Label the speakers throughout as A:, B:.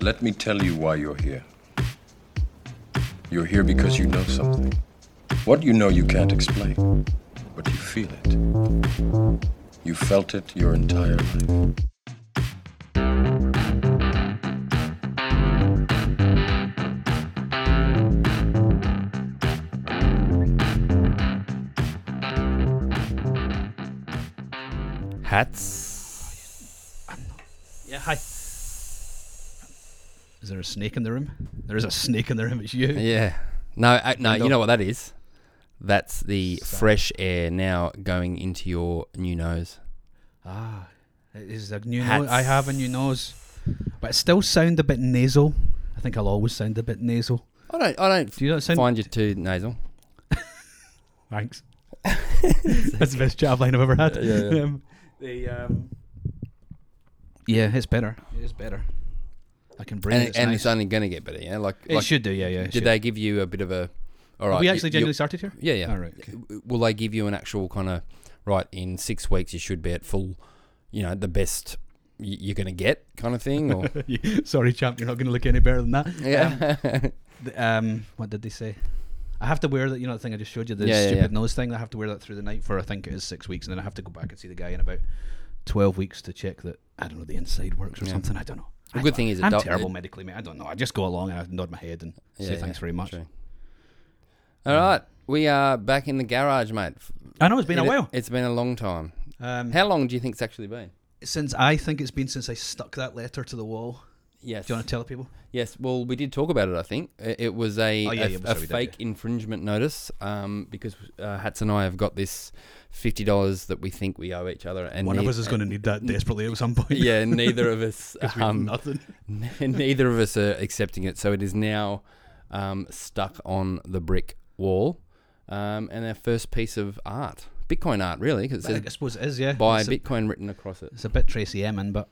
A: Let me tell you why you're here. You're here because you know something. What you know you can't explain, but you feel it. You felt it your entire life.
B: Hats.
C: Yeah, hi. Is there a snake in the room? There is a snake in the room. It's you.
B: Yeah. No, I, no. You
C: Window.
B: know what that is? That's the fresh air now going into your new nose.
C: Ah, it is a new
B: Hats.
C: nose. I have a new nose, but it still sound a bit nasal. I think I'll always sound a bit nasal.
B: I don't. I don't
C: Do you not sound?
B: find you too nasal.
C: Thanks. That's the best chat line I've ever had.
B: Yeah, yeah, yeah.
C: Um, the um, yeah, it's better. It is better. I can breathe.
B: And,
C: it's
B: and
C: nice.
B: it's only going to get better. Yeah. Like,
C: It
B: like
C: should do. Yeah, yeah. it
B: did
C: should.
B: they give you a bit of a? All right.
C: Have we
B: you-
C: actually
B: you-
C: genuinely started here?
B: Yeah, yeah.
C: All right. okay.
B: Will they give you an actual kind of right in six weeks? You should be at full. You know the best y- you're going to get kind of thing. Or
C: Sorry, champ. You're not going to look any better than that.
B: yeah.
C: Th- um, what did they say? I have to wear that. You know the thing I just showed you, the
B: Yeah, yeah,
C: stupid
B: yeah.
C: nose thing. I have to wear that through the night for I think it is six weeks, and then I have to go back and see the guy in about twelve weeks to check that I don't know the inside works or
B: Yeah.
C: something. I don't know.
B: The
C: I
B: good
C: don't-
B: thing is it
C: I'm
B: don't-
C: terrible
B: it-
C: medically, mate. I don't know. I just go along and I nod my head and say
B: Yeah,
C: thanks
B: yeah,
C: very much.
B: true. All right, we are back in the garage, mate. F-
C: I know it's been a
B: it-
C: while
B: It's been a long time.
C: um,
B: How long do you think it's actually been?
C: since I think it's been since I stuck that letter to the wall.
B: Yes.
C: Do you want to tell people?
B: Yes. Well, we did talk about it. I think I- it was a,
C: Oh, yeah,
B: a-
C: yeah,
B: a
C: sorry, we did,
B: fake infringement notice um, because uh, Hats and I have got this fifty dollars that we think we owe each other, and
C: One of
B: nei-
C: us is going to need that desperately at some point.
B: Yeah, neither of us.
C: 'Cause we've
B: um,
C: nothing.
B: neither of us are accepting it, so it is now um, stuck on the brick wall, um, and our first piece of art, Bitcoin art, really, because it says
C: I suppose it is. Yeah.
B: "buy
C: It's a-
B: Bitcoin" written across it.
C: It's a bit Tracy Emin, but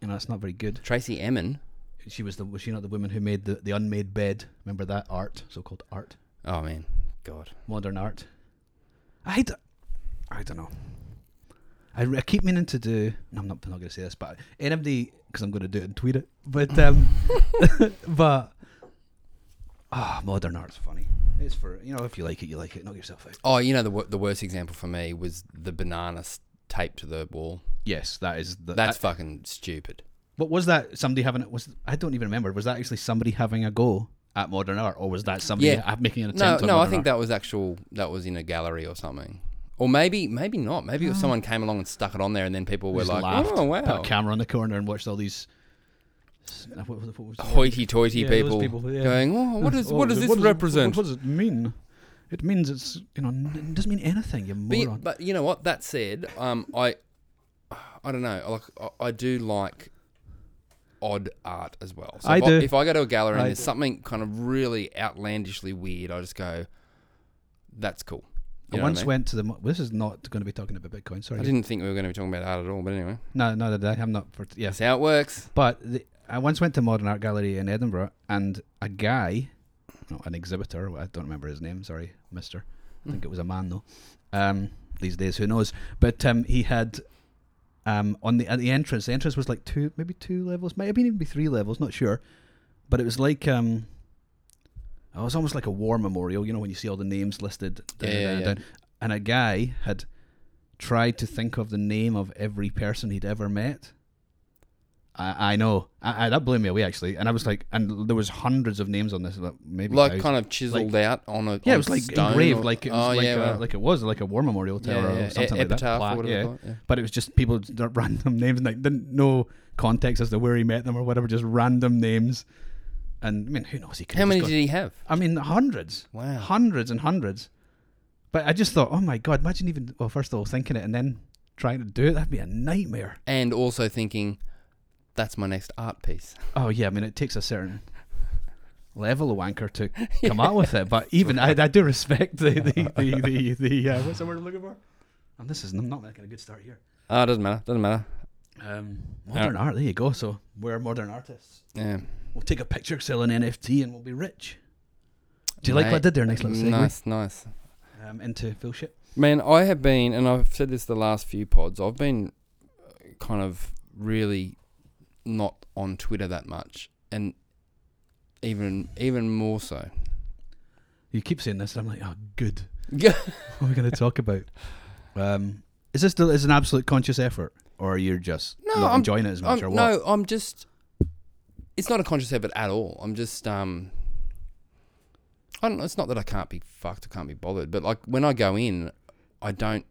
C: you know it's not very good.
B: Tracy Emin.
C: She was the was she not the woman who made the, the unmade bed? Remember that art, so called art,
B: Oh man, God.
C: modern art. I d- I don't know. I, re- I keep meaning to do. No, I'm not, I'm not going to say this, but anybody because I'm going to do it and tweet it. But um, but ah, modern art's funny. It's for you know if you like it, you like it. Knock yourself out.
B: Oh, you know the wor- the worst example for me was the banana s- taped to the wall.
C: Yes, that is the,
B: That's fucking stupid.
C: What was that? Somebody having it was I don't even remember. Was that actually somebody having a go at modern art, or was that somebody
B: Yeah.
C: ha- making an
B: No,
C: attempt? on
B: no, I
C: modern
B: think
C: art?
B: that was actual. That was in a gallery or something, or maybe maybe not. Maybe if someone came along and stuck it on there, and then people were
C: Oh. Just
B: like,
C: laughed,
B: "Oh wow,
C: put a camera on the corner and watched all these. s- What, what, what was the word?
B: hoity-toity
C: Yeah, those
B: people,
C: people, yeah.
B: going, oh, what is
C: Oh,
B: what does this
C: it-
B: represent?"
C: What does it mean? It means it's you know n- it doesn't mean anything. You
B: But, y-
C: moron.
B: but you know what? That said, um, I, I don't know. Like, I, I do like odd art as well. So
C: I
B: if
C: do.
B: I, if I go to a gallery
C: I
B: and there's
C: do.
B: something kind of really outlandishly weird, I just go, "That's cool." You
C: I
B: know what
C: once
B: I mean?
C: went to the. Mo- this is not going to be talking about Bitcoin. Sorry.
B: I didn't think we were going to be talking about art at all, but anyway,
C: No, no, no, I'm not. For, yeah,
B: that's how it works.
C: But the, I once went to Modern Art Gallery in Edinburgh, and a guy, no, an exhibitor, I don't remember his name, sorry, mister. I think it was a man, though. Um, these days, who knows? But um, he had. Um, on the at the entrance, the entrance was like two, maybe two levels, might have been even be three levels, not sure. But it was like um, it was almost like a war memorial, you know, when you see all the names listed. Down,
B: Yeah, yeah,
C: down,
B: yeah.
C: down. And a guy had tried to think of the name of every person he'd ever met. I, I know. I, I, that blew me away actually, and I was like, and there was hundreds of names on this, like maybe
B: Like
C: thousands.
B: kind of chiseled out on a on
C: yeah, it was like
B: stone
C: engraved,
B: or-
C: like it was
B: oh
C: like,
B: yeah,
C: a,
B: well,
C: like it was like a war memorial
B: yeah,
C: tower
B: yeah, yeah,
C: or something
B: e-
C: like that.
B: epitaph
C: plaque,
B: or whatever.
C: yeah.
B: they're called, yeah.
C: But it was just people d- random names, like didn't no context as to where he met them or whatever, just random names. And I mean, who knows? He could
B: How
C: have
B: many
C: just
B: did
C: gone-
B: he have?
C: I mean, hundreds.
B: Wow.
C: Hundreds and hundreds. But I just thought, oh my god, imagine even well, first of all, thinking it and then trying to do it. That'd be a nightmare.
B: And also thinking, that's my next art piece.
C: Oh yeah, I mean it takes a certain level of wanker to come out with it. But even I, I do respect the the the the, the uh, what's the word I'm looking for? And this is I'm not making a good start here.
B: Oh, it doesn't matter. Doesn't matter.
C: Um, modern art, there you go. So we're modern artists.
B: Yeah.
C: We'll take a picture, sell an NFT, and we'll be rich. Do you like what I
B: Mate,
C: did there? Nice little segue
B: Mm, Nice, nice.
C: um, into full shit.
B: Man, I have been, and I've said this the last few pods, I've been uh, kind of really not on Twitter that much. and even even more so.
C: You keep saying this, and I'm like, oh, good. What are we going to talk about? Um, is this the, is an absolute conscious effort, or you're just
B: No,
C: not
B: I'm-
C: enjoying it as much,
B: I'm-
C: or what?
B: no, I'm just. It's not a conscious effort at all. I'm just. um I don't know. It's not that I can't be fucked. I can't be bothered. But like when I go in, I don't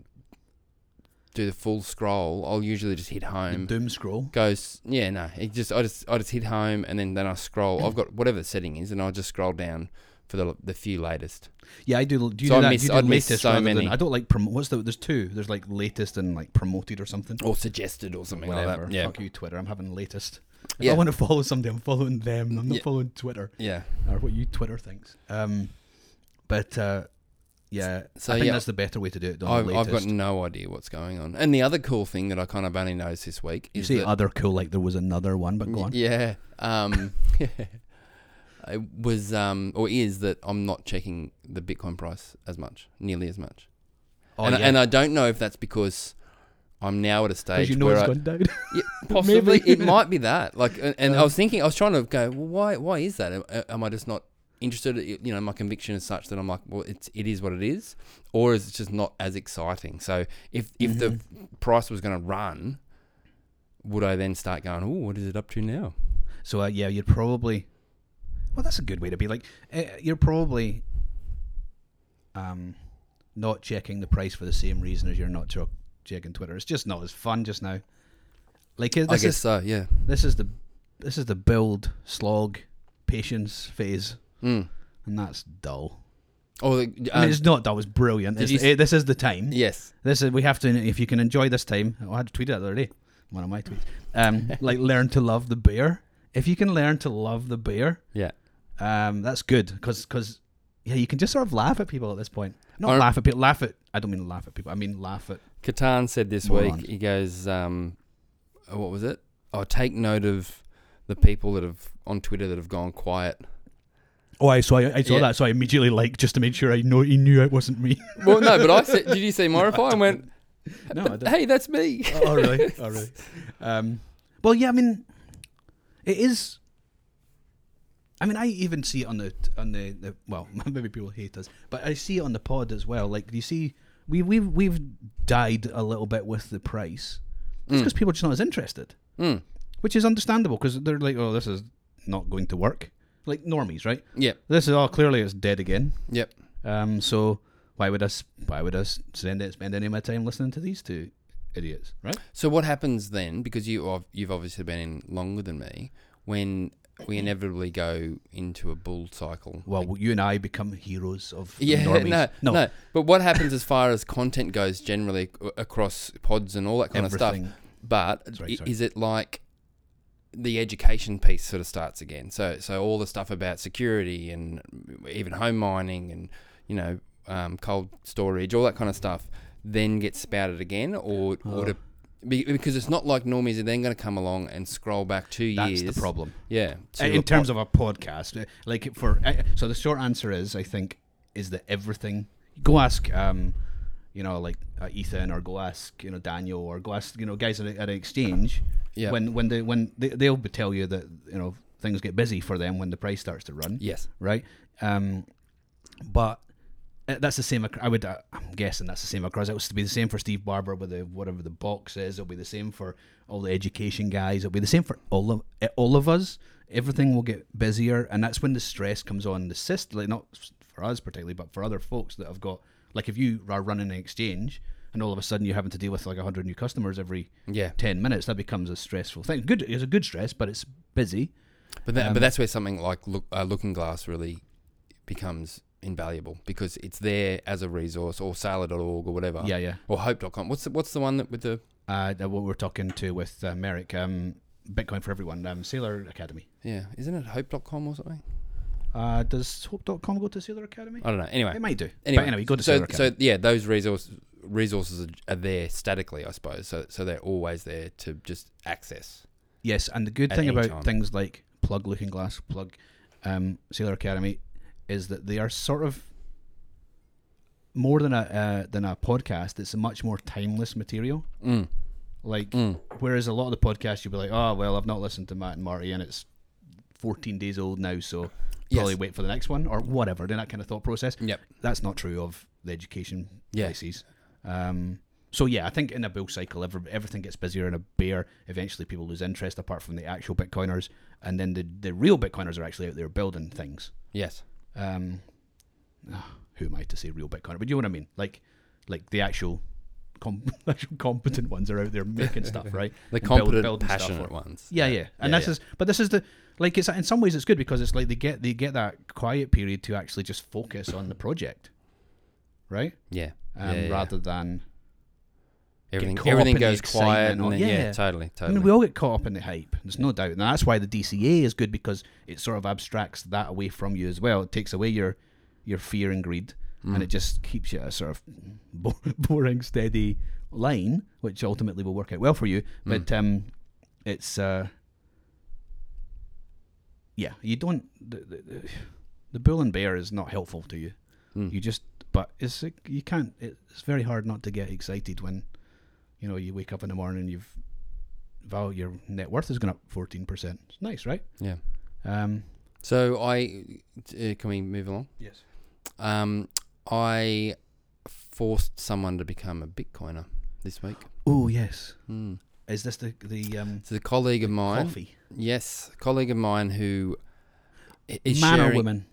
B: do the full scroll. I'll usually just hit
C: You
B: home.
C: doom scroll.
B: Goes yeah no. It just I just I just hit home and then then I scroll. I've got whatever the setting is and I'll just scroll down for the the few latest.
C: Yeah, I do. Do you
B: So
C: do
B: I
C: that?
B: miss-
C: do you do
B: I miss
C: latest
B: so
C: rather
B: many.
C: Than, I don't like prom- what's the there's two. There's like latest and like promoted or something.
B: or suggested or something
C: Whatever.
B: like that. Yeah,
C: Fuck you, Twitter. I'm having latest. If
B: Yeah.
C: I want to follow somebody, I'm following them. I'm not
B: Yeah.
C: following Twitter
B: yeah.
C: or what you Twitter thinks. Um, but uh, yeah,
B: So,
C: I think
B: yeah.
C: that's the better way to do it. Don't
B: I've, I've got
C: latest.
B: no idea what's going on. And the other cool thing that I kind of only noticed this week
C: you
B: is
C: say
B: that
C: other cool, like there was another one, but go on.
B: yeah, um, it was um or is that I'm not checking the Bitcoin price as much, nearly as much.
C: Oh,
B: and,
C: yeah.
B: and I don't know if that's because I'm now at a stage
C: because you know
B: where
C: it's
B: I,
C: gone down.
B: Yeah, possibly
C: Maybe.
B: it might be that. Like, and, and I was thinking, I was trying to go, well, why? Why is that? Am, am I just not interested? You know, my conviction is such that I'm like, well, it's it is what it is, or is it just not as exciting? So if if the
C: Mm-hmm.
B: price was going to run, would I then start going, oh, what is it up to now?
C: So uh, yeah, you'd probably. Well, that's a good way to be. Like, uh, you're probably, um, not checking the price for the same reason as you're not cho- checking Twitter. It's just not as fun just now. Like uh,
B: I
C: this
B: guess
C: is
B: so. Yeah.
C: this is the this is the build slog patience phase,
B: Mm.
C: and that's dull.
B: Or the,
C: I mean,
B: um,
C: it's not dull. It's brilliant.
B: did
C: It's,
B: you s-
C: eh, this is the time.
B: yes.
C: This is we have to. If you can enjoy this time, oh, I had tweeted that the other day. One of my tweets. Um, like learn to love the bear. If you can learn to love the bear,
B: Yeah.
C: um, that's good because yeah, you can just sort of laugh at people at this point. Not
B: Or-
C: laugh at people. Laugh at. I don't mean laugh at people. I mean laugh at.
B: Catan said this
C: Morons.
B: week. He goes, um, oh, what was it? Oh, take note of the people that have on Twitter that have gone quiet.
C: Oh, I saw. I, I
B: Yeah.
C: So I immediately like just to make sure I know he knew it wasn't me.
B: Well, no, but I said, did you see my reply? I went,
C: no, I
B: but,
C: didn't.
B: hey, that's me.
C: oh, oh, really? Oh really? Um, well, yeah. I mean, it is. I mean, I even see it on the on the, the well, maybe people hate us, but I see it on the pod as well. Like, do you see? We we've we've died a little bit with the price. It's because people are just not as interested.
B: Mm.
C: which is understandable because they're like, oh, this is not going to work. Like normies, right?
B: Yep,
C: This is oh, clearly it's dead again.
B: yep.
C: Um, so why would us? Why would us spend it? Spend any of my time listening to these two idiots, right?
B: So what happens then? Because you ob- you've obviously been in longer than me. When we inevitably go into a bull cycle.
C: Well, you and I become heroes of
B: yeah,
C: normies.
B: no, no, But what happens as far as content goes generally ac- across pods and all that kind of stuff?
C: Everything.
B: But
C: Sorry,
B: i-
C: sorry.
B: is it like the education piece sort of starts again? So, so all the stuff about security and even home mining and you know um, cold storage, all that kind of stuff, then gets spouted again, or
C: Oh.
B: or to, be- because it's not like normies are then going to come along and scroll back two
C: That's
B: years.
C: the problem.
B: Yeah, to
C: in
B: a
C: terms of a podcast uh, like for I- so the short answer is i think is that everything go ask um you know like uh, ethan or go ask you know daniel or go ask you know guys at, a- at an exchange
B: Yeah.
C: when when they when they, they'll be tell you that you know things get busy for them when the price starts to run
B: Yes.
C: right um but uh, that's the same. ac- I would. Uh, I'm guessing that's the same across. It was to be the same for Steve Barber with the whatever the box is. It'll be the same for all the education guys. It'll be the same for all of eh, all of us. Everything will get busier, and that's when the stress comes on the system. Like not s- for us particularly, but for other folks that have got. Like if you are running an exchange, and all of a sudden you're having to deal with like hundred new customers every
B: Yeah.
C: ten minutes, that becomes a stressful thing. Good, it's a good stress, but it's busy.
B: But
C: Um,
B: that, but that's where something like look, uh, Looking Glass really becomes invaluable because it's there as a resource or Sailor.org or whatever.
C: Yeah, yeah.
B: Or Hope.com. What's the, what's the one that with the
C: Uh, that what we're talking to with uh, Merrick, um, Bitcoin for everyone, um, Sailor Academy.
B: yeah? Isn't it Hope.com or something?
C: Uh, does hope.com go to Sailor Academy?
B: I don't know. Anyway,
C: Uh, It might do.
B: anyway,
C: but anyway, go to
B: so
C: Sailor Academy.
B: so yeah, those resources resources are, are there statically, I suppose. So so they're always there to just access.
C: yes, and the good
B: At
C: thing
B: any
C: about
B: time.
C: things like Plug Looking Glass, Plug um, Sailor Academy is that they are sort of more than a uh, than a podcast. It's a much more timeless material.
B: Mm.
C: Like whereas a lot of the podcasts you'd be like, oh well, I've not listened to Matt and Marty, and it's 14 days old now, so
B: Yes.
C: probably wait for the next one or whatever. Then that kind of thought process.
B: Yep.
C: That's not true of the education
B: Yeah.
C: places. Um, so yeah, I think in a bull cycle, every, everything gets busier. In a bear, eventually people lose interest, apart from the actual Bitcoiners, and then the the real Bitcoiners are actually out there building things.
B: Yes.
C: Um, ah, who am I to say real Bitcoiner? But you know what I mean? Like, like the actual, com- actual competent ones are out there making stuff, right?
B: The
C: And build-
B: competent,
C: building stuff
B: passionate
C: for-
B: ones.
C: yeah, yeah, and
B: Yeah,
C: this
B: yeah.
C: is, but this is the like it's in some ways it's good because it's like they get they get that quiet period to actually just focus on the project, right?
B: Yeah.
C: Um,
B: Yeah, yeah, yeah.
C: rather than
B: everything
C: caught
B: everything
C: up in the
B: goes quiet. And
C: excitement
B: then,
C: or-
B: yeah.
C: yeah.
B: totally,
C: I
B: totally.
C: mean we all get caught up in the hype. There's no doubt, and that's why the DCA is good because it sort of abstracts that away from you as well. It takes away your your fear and greed, and it just keeps you at a sort of bo- boring, steady line, which ultimately will work out well for you. But um, it's uh, yeah, you don't the, the, the- the bull and bear is not helpful to you. You just but it's you can't. It's very hard not to get excited when you know you wake up in the morning and you've Val, your net worth has gone up fourteen percent. It's nice, right?
B: yeah.
C: Um,
B: So I uh, can we move along?
C: yes.
B: Um, I forced someone to become a Bitcoiner this week.
C: Oh yes.
B: Mm.
C: Is this the the um,
B: It's a colleague of mine.
C: coffee
B: Yes, a colleague of mine who i- is
C: man
B: sharing
C: or woman?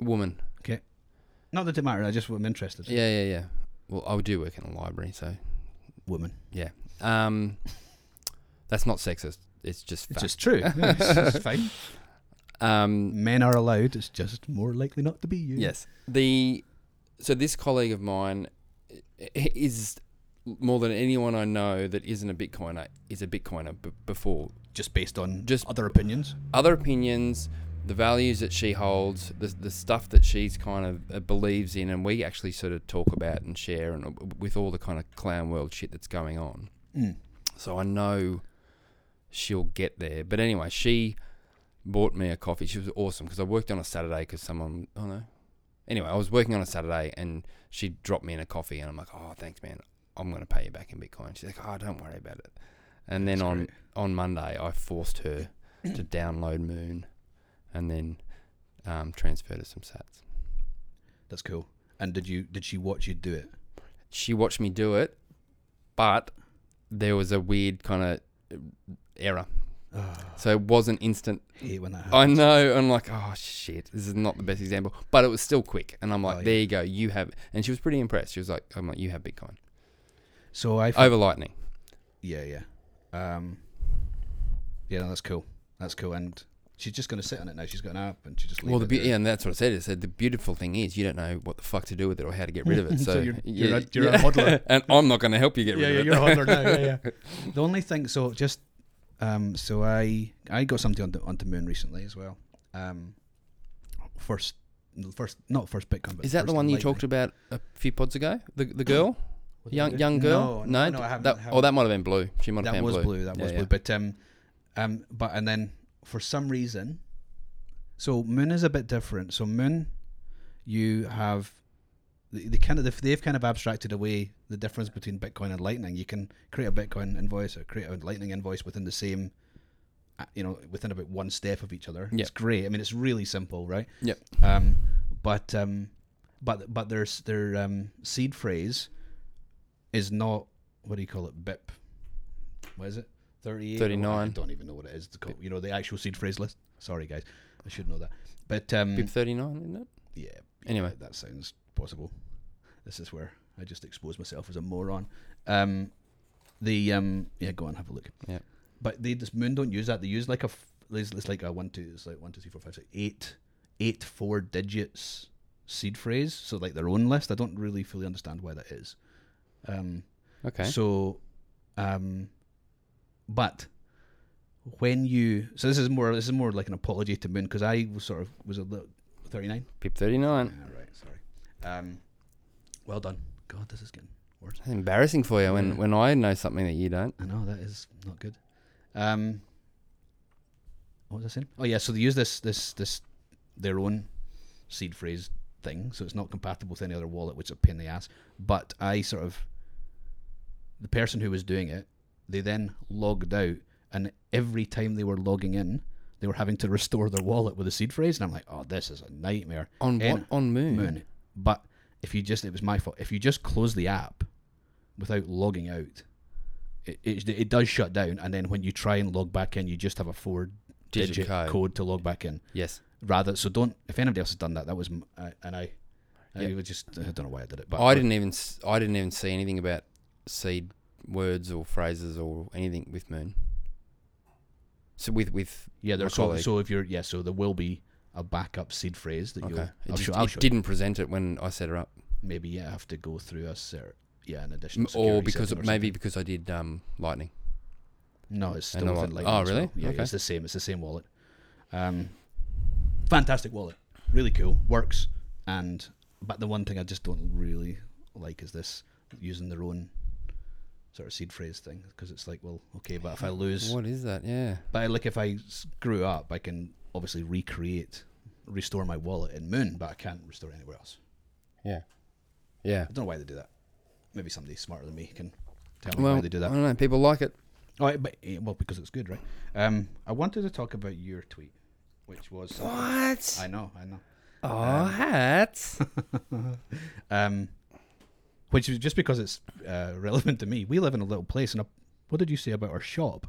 B: Woman.
C: Not that it matters. I just I'm interested.
B: Yeah, yeah, yeah. Well, I do work in a library, so
C: Woman.
B: yeah. Um, that's not sexist. It's just fact.
C: It's just true. Yeah, it's, it's fine.
B: um,
C: Men are allowed. It's just more likely not to be you.
B: Yes. The so this colleague of mine i- i- is more than anyone I know that isn't a Bitcoiner is a Bitcoiner b- before
C: Just based on
B: Just-
C: just other opinions.
B: other opinions, the values that she holds, the the stuff that she's kind of uh, believes in, and we actually sort of talk about and share, and uh, with all the kind of clown world shit that's going on.
C: Mm.
B: So I know she'll get there. But anyway, she bought me a coffee. She was awesome because I worked on a Saturday because someone, oh no. Anyway, I was working on a Saturday and she dropped me in a coffee and I'm like, oh, thanks, man. I'm going to pay you back in Bitcoin. She's like, oh, don't worry about it. And then
C: That's
B: on,
C: great.
B: on Monday, I forced her to download Moon and then um, transfer to some sats.
C: That's cool. And did you did she watch you do it?
B: She watched me do it, but there was a weird kind of error.
C: Ah.
B: So it wasn't instant
C: Hate when that happens.
B: I know. I'm like, oh shit, this is not the best example, but it was still quick. And I'm like,
C: Oh, yeah.
B: there you go, you have. And she was pretty impressed. She was like, I'm like, you have Bitcoin
C: so I
B: over Lightning.
C: Yeah, yeah. Um, yeah, no, that's cool. That's cool. And she's just going to sit on it now. She's got an app and she just leave
B: Well, the
C: it
B: be-
C: there.
B: yeah, and that's what I said. I said the beautiful thing is you don't know what the fuck to do with it or how to get rid of it. So,
C: you're-
B: yeah,
C: you're a- you're a
B: yeah.
C: hodler.
B: and I'm not going to help you get rid of it.
C: hodler now. Yeah, yeah. the only thing, so just, um, so I I got something onto onto Moon recently as well. Um, first, first, not first Bitcoin, but
B: Is that the
C: first
B: one you
C: Lightning.
B: talked about a few pods ago? The the girl, young young girl.
C: No, no, no, I haven't-
B: that,
C: I
B: Oh,
C: haven't.
B: that might have been blue. She might have
C: That
B: been
C: was
B: blue.
C: blue. That
B: Yeah,
C: was
B: yeah.
C: blue. But um, um, but and then for some reason, so Moon is a bit different. So Moon, you have the, the kind of the, they've kind of abstracted away the difference between Bitcoin and Lightning. You can create a Bitcoin invoice or create a Lightning invoice within the same, uh, you know, within about one step of each other.
B: Yeah.
C: It's great. I mean, it's really simple, right?
B: Yep.
C: Um, but um, but but their their um, seed phrase is not what do you call it? BIP. What is it? Thirty eight.
B: 39.
C: I don't even know what it is. It's called, you know the actual seed phrase list. Sorry guys, I should know that. But um,
B: Bib 39, isn't it?
C: yeah.
B: Anyway.
C: that sounds possible. This is where I just expose myself as a moron. Um, the um, yeah, go on, have a look.
B: Yeah.
C: But they just Moon don't use that. They use like a f- it's, it's like a one two. It's like one two three four five six eight eight four digits seed phrase. So like their own list. I don't really fully understand why that is. Um,
B: Okay.
C: so, um, but when you so this is more this is more like an apology to Moon because I was sort of was a little thirty nine.
B: Bib 39.
C: All right, sorry. Um, well done. God, this is getting worse.
B: That's embarrassing for you when, when I know something that you don't.
C: I know that is not good. Um, what was I saying? Oh yeah, so they use this this this their own seed phrase thing, so it's not compatible with any other wallet, which is a pain in the ass. But I sort of the person who was doing it, they then logged out, and every time they were logging in, they were having to restore their wallet with a seed phrase, and I'm like, oh, this is a nightmare.
B: On
C: In-
B: what? On Moon.
C: Moon. But if you just, it was my fault. If you just close the app without logging out, it, it, it does shut down. And then when you try and log back in, you just have a four
B: Digit
C: digit
B: code.
C: code. to log back in.
B: Yes.
C: Rather, so don't, if anybody else has done that, that was, m- I- and I, I
B: Yeah. Oh,
C: was just, I don't know why I did it, but
B: I didn't even s- I didn't even see anything about seed words or phrases or anything with Moon. So with with
C: Yeah,
B: my
C: there's so,
B: colleague.
C: so if you're, yeah, so there will be a backup seed phrase that you'll,
B: okay. It,
C: I'll
B: just,
C: show, I'll
B: it
C: show you.
B: didn't present it when I set her up,
C: maybe you have to go through a cert, yeah, an
B: M-
C: additional security
B: or because
C: setting
B: it,
C: or
B: maybe
C: something.
B: because I did um, Lightning.
C: No, it's
B: And
C: still
B: the
C: within
B: wa-
C: Lightning.
B: oh,
C: as
B: really?
C: well. Yeah,
B: Okay.
C: it's the same. It's the same wallet. Um, fantastic wallet. Really cool. Works. And but the one thing I just don't really like is this using their own sort of seed phrase thing because it's like, well, okay, but if I lose,
B: What is that? Yeah.
C: but I- like if I screw up, I can obviously recreate, restore my wallet in Moon, but I can't restore it anywhere else.
B: Yeah. Yeah.
C: I don't know why they do that. Maybe somebody smarter than me can tell me
B: Well,
C: why they do that.
B: I don't know. People like it.
C: All right, but eh, well, because it's good, right? Um, I wanted to talk about your tweet, which was something-
B: What?
C: I know, I know.
B: Oh, hats.
C: Um, which is just because it's uh, relevant to me. We live in a little place, and a, what did you say about our shop?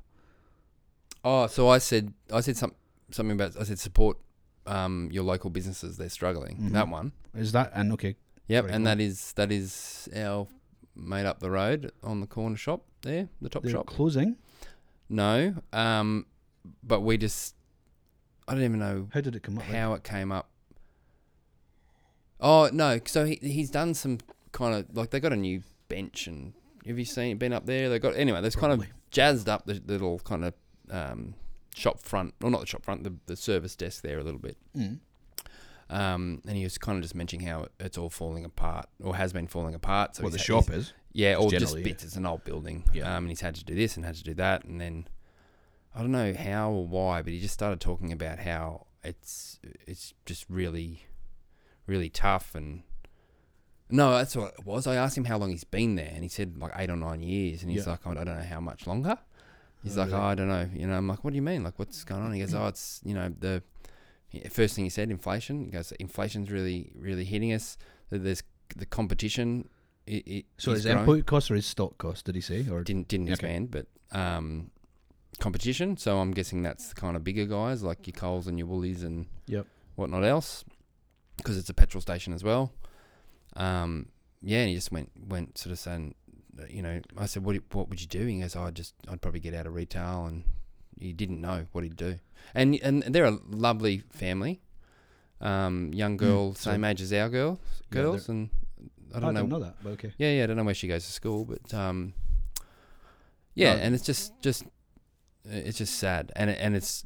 B: oh, so I said I said some, something about I said support um, your local businesses. They're struggling. That one.
C: Is that and okay?
B: Yep,
C: Very
B: and
C: cool.
B: that is that is our made up the road on the corner shop there, the top
C: They're
B: shop.
C: closing.
B: no, um, but we just I don't even know
C: How did it come up? then?
B: how it came up. Oh no, so he he's done some kind of like they got a new bench and have you seen been up there? They got anyway. They've kind of
C: Probably.
B: jazzed up the little kind of um, shop front, well not the shop front, the, the service desk there a little bit.
C: Mm.
B: Um, and he was kind of just mentioning how it, it's all falling apart or has been falling apart. So
C: What the
B: he's-
C: shop
B: he's-
C: is?
B: yeah, or just
C: generally, yeah.
B: bits. It's an old building.
C: Yeah.
B: Um, and he's had to do this and had to do that, and then I don't know how or why, but he just started talking about how it's it's just really, really tough. And no, that's what it was. I asked him how long he's been there, and he said like eight or nine years, and he's
C: Yeah.
B: like, "Oh, I don't know how much longer. He's
C: Oh,
B: like,
C: really?
B: oh, I don't know. You know, I'm like, what do you mean? Like, what's going on? He goes, oh, it's you know the yeah, first thing he said, inflation. He goes, inflation's really, really hitting us. There's the competition. It, it
C: So his
B: growing
C: input cost or his stock cost? Did he say or
B: didn't didn't
C: Okay.
B: expand, but um, competition. So I'm guessing that's the kind of bigger guys like your Coles and your Woolies and
C: Yep.
B: whatnot else, because it's a petrol station as well. Um, yeah, and he just went went sort of saying, uh, you know, I said, what do- what would you do? He goes, I just I'd probably get out of retail, and he didn't know what he'd do. And and they're a lovely family, um, young girl,
C: Hmm. so-
B: same age as our girl
C: they're-
B: girls, and I
C: I
B: don't know
C: that. But okay.
B: yeah, yeah. I don't know where she goes to school, but um, yeah,
C: No.
B: and it's just, just, it's just sad, and it, and it's,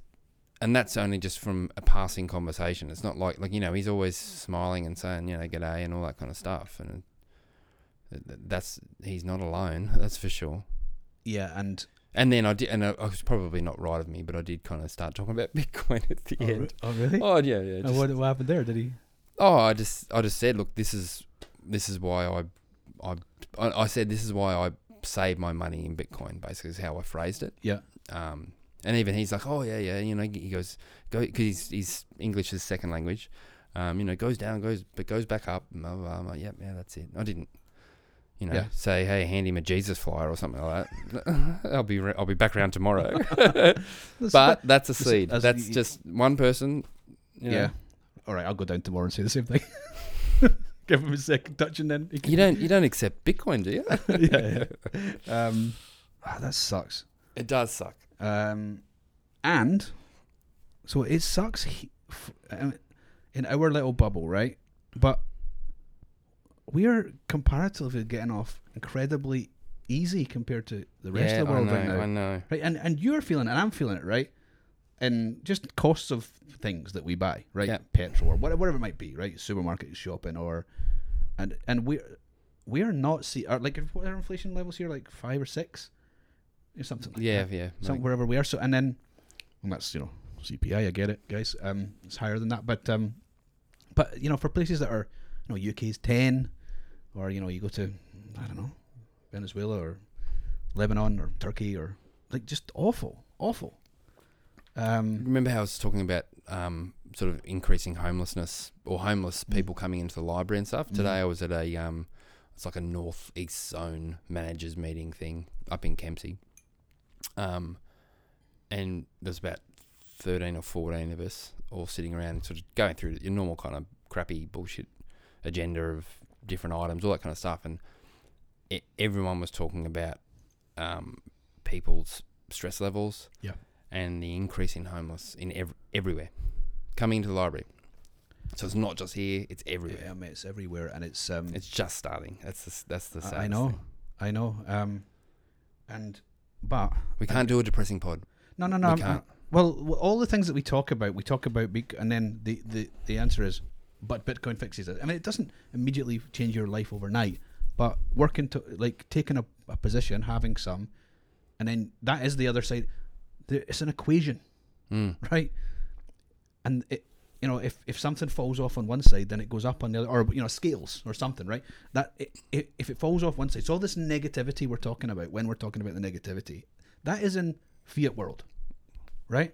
B: and that's only just from a passing conversation. It's not like like you know he's always smiling and saying you know g'day and all that kind of stuff, and it- th- that's he's not alone, that's for sure.
C: Yeah, and
B: And then I did, and I, I was probably not right of me, but I did kind of start talking about Bitcoin at the
C: oh,
B: end.
C: re- oh, really?
B: Oh yeah, yeah.
C: And
B: just-
C: what, what happened there? Did he?
B: Oh, I just I just said, look, this is this is why I I I I said this is why I save my money in Bitcoin. Basically, is how I phrased it.
C: Yeah.
B: Um, and even he's like, oh yeah, yeah, you know, he goes go because he's, he's English is second language. Um, you know, goes down, goes but goes back up. Blah, blah, blah. I'm like, yep, yeah, that's it. I didn't, you know,
C: Yeah.
B: say, hey, hand him a Jesus flyer or something like that. I'll be re- I'll be back around tomorrow. but that's a
C: Listen,
B: seed.
C: as
B: That's
C: you-
B: just one person. you know.
C: yeah. All right, I'll go down tomorrow and say the same thing. Give him a second touch and then he
B: You don't you don't accept Bitcoin, do you?
C: yeah, yeah. Um, ah, that sucks.
B: It does suck.
C: Um, and so it sucks he, f- um, in our little bubble, right? But we are comparatively getting off incredibly easy compared to the rest of the world
B: I know,
C: right now,
B: I know.
C: right? And and you're feeling it, and I'm feeling it, right? And just costs of things that we buy, right?
B: Yeah.
C: Petrol or whatever, whatever it might be, right? Supermarket shopping or, and and we're we're not see are like if- what are inflation levels here like five or six, or something like
B: Yeah,
C: that.
B: yeah.
C: some,
B: like-
C: wherever we are. So and then, and that's you know CPI. I get it, guys. Um, it's higher than that, but um, but you know for places that are you know UK's ten, or you know you go to I don't know Venezuela or Lebanon or Turkey or like just awful, awful. Um,
B: Remember how I was talking about um, sort of increasing homelessness or homeless
C: Mm.
B: people coming into the library and stuff? Today I was at a um, it's like a north east zone managers meeting thing up in Kempsey, um, and there's about thirteen or fourteen of us all sitting around, sort of going through your normal kind of crappy bullshit agenda of different items, all that kind of stuff, and it, everyone was talking about um, people's stress levels
C: Yeah.
B: and the increase in homeless in ev- everywhere coming into the library. So it's not just here; it's everywhere.
C: yeah, mate, it's everywhere, and it's um,
B: It's just starting. That's the, s- that's the.
C: I- I
B: saddest
C: know,
B: thing.
C: I know. Um, and but
B: We can't do a depressing pod.
C: no, no, no.
B: We
C: I'm-
B: can't.
C: I- well, w- all the things that we talk about, we talk about, bec- and then the, the the answer is, but Bitcoin fixes it. I mean, it doesn't immediately change your life overnight, but working to like taking a, a position, having some, and then that is the other side. There, it's an equation,
B: Hmm.
C: right? and it you know if, if something falls off on one side then it goes up on the other or you know scales or something right that it, it, if it falls off one side so all this negativity we're talking about when we're talking about the negativity that is in fiat world right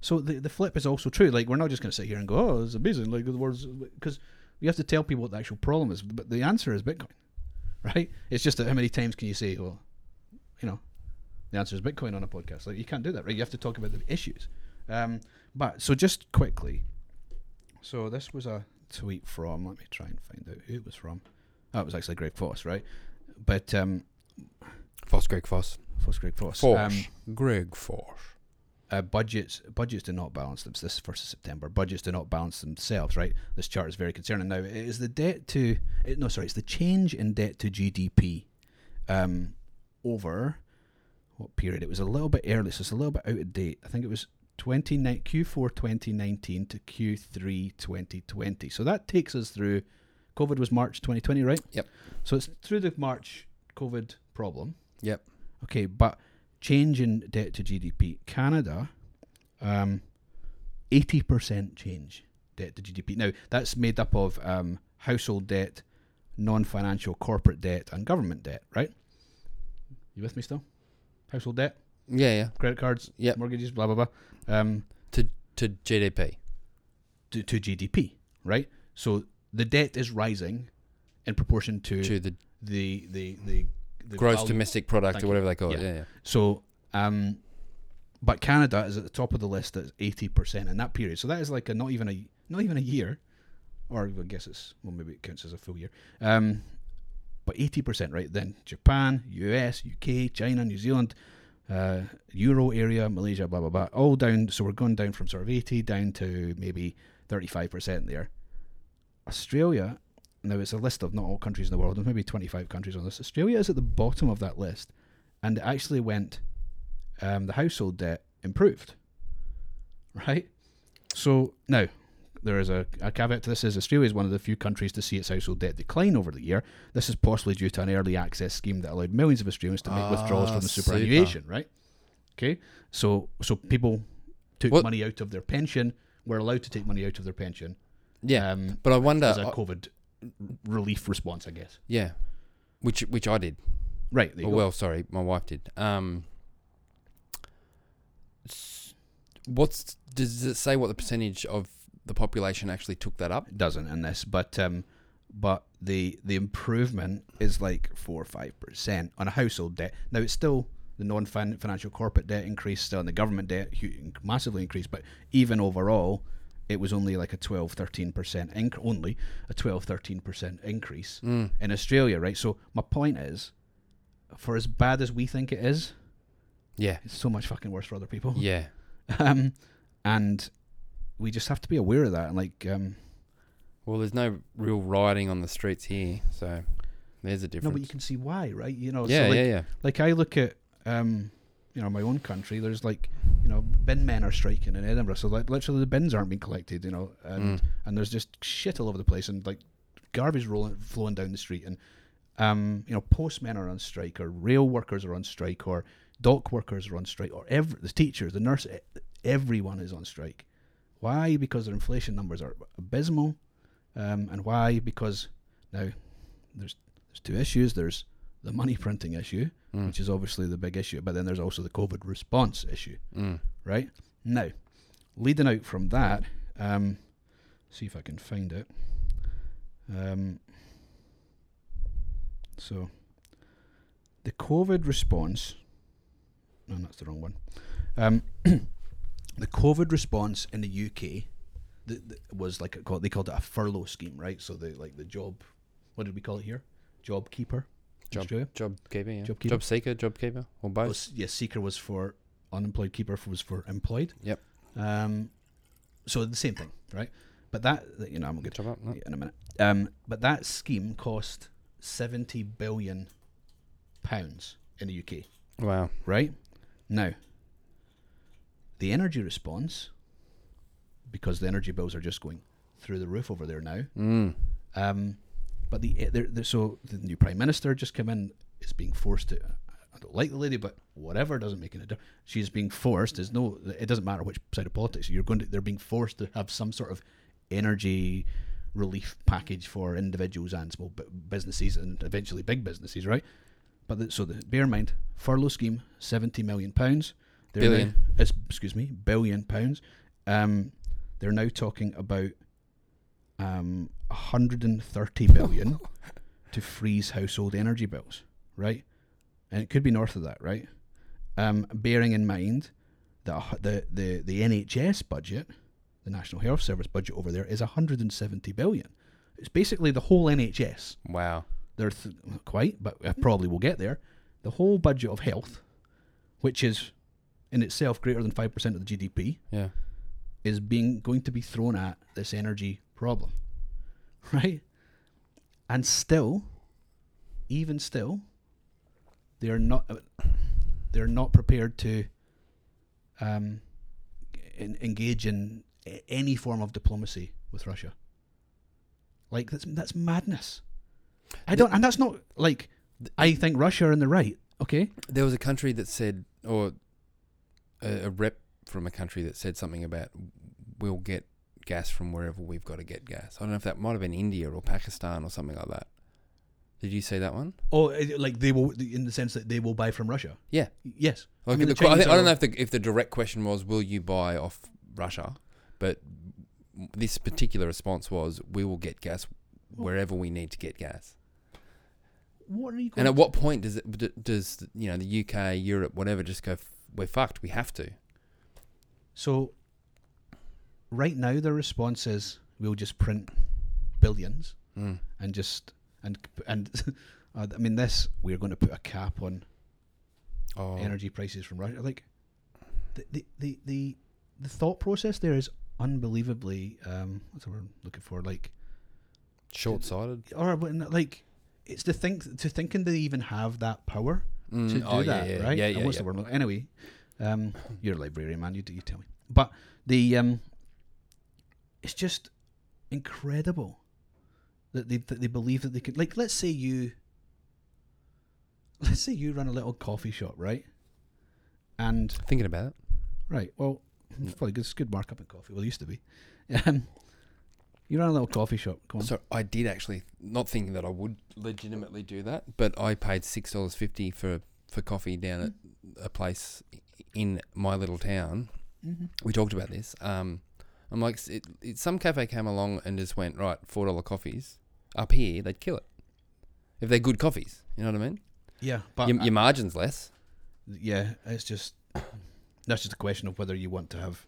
C: so the, the flip is also true like we're not just going to sit here and go oh it's amazing like the words because we have to tell people what the actual problem is but the answer is bitcoin right it's just that how many times can you say well you know the answer is Bitcoin on a podcast. Like you can't do that, right? You have to talk about the issues. Um, but so just quickly, so this was a tweet from. Let me try and find out who it was from. Oh, it was actually Greg Foss, right? But um,
B: Foss, Greg Foss.
C: Foss, Greg Foss. Um,
B: Greg Foss.
C: uh, budgets budgets do not balance them. So this is first of September. Budgets do not balance themselves. Right. This chart is very concerning. Now it is the debt to it, no sorry it's the change in debt to GDP um, over what period? It was a little bit early, so it's a little bit out of date. I think it was 29 Q4 2019 to Q3 2020. So that takes us through. COVID was March 2020, right?
B: Yep.
C: So it's through the March COVID problem.
B: Yep.
C: Okay, but change in debt to GDP. Canada, um, 80% change debt to GDP. Now, that's made up of um, household debt, non financial corporate debt, and government debt, right? You with me still? Household debt,
B: Yeah, yeah.
C: credit cards,
B: Yep.
C: mortgages, blah, blah, blah, um,
B: To to GDP.
C: to, to GDP, right? So the debt is rising in proportion to,
B: To the
C: the, the, the, the
B: gross
C: value-
B: domestic product
C: Thank
B: or
C: you.
B: whatever they call it.
C: Yeah.
B: Yeah, yeah.
C: So, um, but Canada is at the top of the list at eighty percent in that period. So that is like a not even a not even a year, or I guess it's well maybe it counts as a full year. Um, but eighty percent, right? Then Japan, US, UK, China, New Zealand, uh, Euro area, Malaysia, blah blah blah, all down. So we're going down from sort of eighty down to maybe thirty-five percent there. Australia. Now it's a list of not all countries in the world. There's maybe twenty-five countries on this. Australia is at the bottom of that list and it actually went um, the household debt improved right so now there is a, a caveat to this is australia is one of the few countries to see its household debt decline over the year this is possibly due to an early access scheme that allowed millions of australians to make withdrawals
B: Ah,
C: from the
B: super.
C: superannuation right okay so so people took
B: What-
C: money out of their pension were allowed to take money out of their pension
B: Yeah.
C: um,
B: but I wonder.
C: as a
B: I-
C: covid relief response i guess
B: yeah. Which which I did.
C: right there you
B: Oh,
C: go.
B: well, sorry, my wife did. Um. s- What's does it say? What the percentage of the population actually took that up?
C: doesn't in this, but um, but the the improvement is like four or five percent on a household debt. Now it's still the non-financial corporate debt increased, still, and the government debt hu- massively increased. But even overall, it was only like a 12 13 percent inc- only a 12 13 percent increase in Australia, right? So my point is, for as bad as we think it is,
B: Yeah.
C: it's so much fucking worse for other people
B: Yeah.
C: um, and we just have to be aware of that and like um.
B: Well, there's no real rioting on the streets here, so there's a difference.
C: No, but you can see why, right? You know,
B: yeah,
C: so like,
B: yeah, yeah.
C: like I look at um, you know, my own country. There's like, you know, bin men are striking in Edinburgh, so like literally the bins aren't being collected, you know, and and there's just shit all over the place and like garbage rolling flowing down the street and um, you know, postmen are on strike or rail workers are on strike or dock workers are on strike or every the teachers, the nurse, e- everyone is on strike. Why? Because their inflation numbers are abysmal, um, and why? Because now there's there's two issues. There's the money
B: Mm.
C: printing issue, which is obviously the big issue, but then there's also the COVID response issue, right? Now, leading out from that, um, see if I can find it. Um, so, the COVID response. No, that's the wrong one. Um, the COVID response in the UK the, the, was like it called, they called it a furlough scheme, right? So the like the job, what did we call it here? Job keeper. in
B: Job,
C: Australia?
B: job keeper, yeah.
C: Job
B: job,
C: keeper.
B: seeker, job keeper, or
C: Well,
B: both.
C: s- yeah, seeker was for unemployed, keeper f- was for employed.
B: Yep.
C: Um, so the same thing, right? But that you know I'm good
B: Job up, no?
C: in a minute. Um, but that scheme cost seventy billion pounds in the UK,
B: Wow.
C: right? Now, the energy response, because the energy bills are just going through the roof over there now.
B: Mm.
C: Um, but the, eh, there there- so the new prime minister just came in. Is being forced to. I don't like the lady, but whatever doesn't make any difference. She's being forced. There's no. It doesn't matter which side of politics you're going to. They're being forced to have some sort of energy relief package for individuals and small bu- businesses and eventually big businesses, right? But the, so the, bear in mind, furlough scheme, seventy million pounds. They're now-
B: Billion.
C: it's- excuse me, billion pounds. Um, they're now talking about um, 130 billion to freeze household energy bills, right? And it could be north of that, right? Um, bearing in mind that a hu- the, the, the NHS budget, the National Health Service budget over there, is 170 billion. It's basically the whole NHS.
B: Wow.
C: They're th- not quite, but I probably will get there. The whole budget of health, which is in itself greater than 5% of the GDP,
B: Yeah.
C: is being going to be thrown at this energy problem, right? And still, even still, they are not uh, they are not prepared to um, en- engage in a- any form of diplomacy with Russia. Like that's that's madness. I don't, and that's not like I think Russia are in the right. Okay,
B: There was a country that said, or a, a rep from a country that said something about we'll get gas from wherever we've got to get gas. I don't know if that might have been India or Pakistan or something like that. Did you see that one?
C: or eh, like they will in the sense that they will buy from Russia.
B: Yeah.
C: Yes.
B: Like
C: mean,
B: the
C: the
B: que- I,
C: Chinese
B: think, I
C: are-
B: don't know if the, if the direct question was, will you buy off Russia? But this particular response was, we will get gas wherever we need to get gas.
C: What are you?
B: And
C: Going to
B: at what point does it d- does you know the UK, Europe, whatever, just go? "F- We're fucked. We have to.
C: So, right now, the response is we'll just print billions
B: Mm.
C: and just and and uh, I mean this we're going to put a cap on
B: Oh,
C: energy prices from Russia. Like the the the the, the thought process there is unbelievably um, what's the word I'm looking for? Like
B: short-sighted.
C: or when- like it's to think to thinking they even have that power
B: Mm,
C: to do
B: oh, yeah,
C: that,
B: yeah,
C: right?
B: Yeah,
C: And
B: yeah,
C: what's
B: yeah.
C: the word? Anyway, um, you're a librarian, man. You, you tell me. But the um, it's just incredible that they that they believe that they could. Like, let's say you, let's say you run a little coffee shop, right? And
B: Thinking about it.
C: Right. Well, it's probably good. It's good markup in coffee. Well, it used to be. Um, you run a little coffee shop. Come on.
B: So I did actually not thinking that I would legitimately do that, but I paid six dollars fifty for for coffee down at a place i- in my little town.
C: Mhm.
B: We talked about this. Um, I'm like, s- it, it, some cafe came along and just went right four dollar coffees up here. They'd kill it if they're good coffees. You know what I mean?
C: Yeah, but
B: your, your margins less.
C: yeah, it's just that's just a question of whether you want to have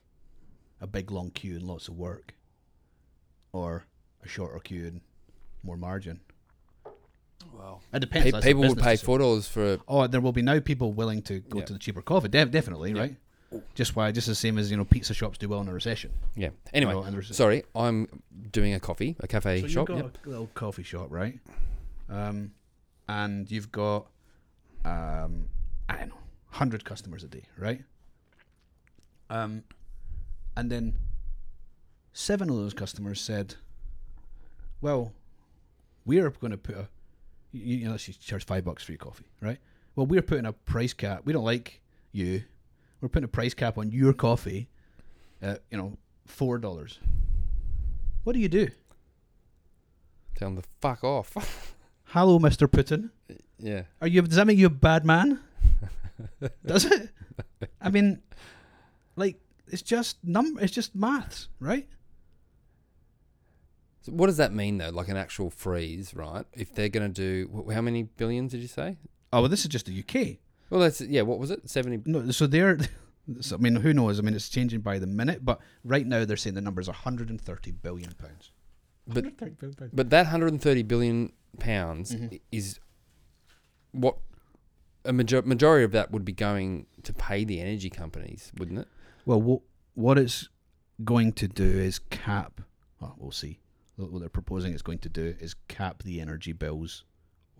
C: a big long queue and lots of work, or a shorter queue and more margin.
B: Well,
C: It depends. that's a
B: people would
C: business
B: pay
C: decision.
B: four dollars for.
C: Oh, there will be now people willing to go
B: Yeah. Oh.
C: to the cheaper coffee. Def- definitely, right? Just why? Just the same as you know, pizza shops do well in a recession.
B: Yeah. Anyway,
C: No, and there's-
B: sorry, I'm doing a coffee, a cafe
C: Oh, so
B: shop.
C: You've got
B: Yep.
C: a little coffee shop, right? Um, and you've got um, I don't know, hundred customers a day, right? Um, and then seven of those customers said, "Well, we're going to put a you, you know she charge five bucks for your coffee, right? Well, we're putting a price cap. We don't like you. We're putting a price cap on your coffee. At, you know, four dollars. What do you do?
B: Tell them to fuck off.
C: Hello, Mr. Putin.
B: yeah.
C: Are you? Does that make you a bad man? does it? I mean, like, it's just num it's just maths, right?
B: So what does that mean though? Like an actual freeze, right? If they're going to do wh- how many billions did you say?
C: Oh, well, this is just the UK.
B: Well, that's yeah. What was it? Seventy.
C: No, so they're. so, I mean, who knows? I mean, it's changing by the minute, but right now they're saying the number is 130 billion pounds.
B: But
C: 130 billion pounds.
B: but that 130 billion pounds
C: Mm-hmm.
B: i- is what a major- majority of that would be going to pay the energy companies, wouldn't it?
C: Well, what what it's going to do is cap. Well, we'll see. What what they're proposing it's going to do is cap the energy bills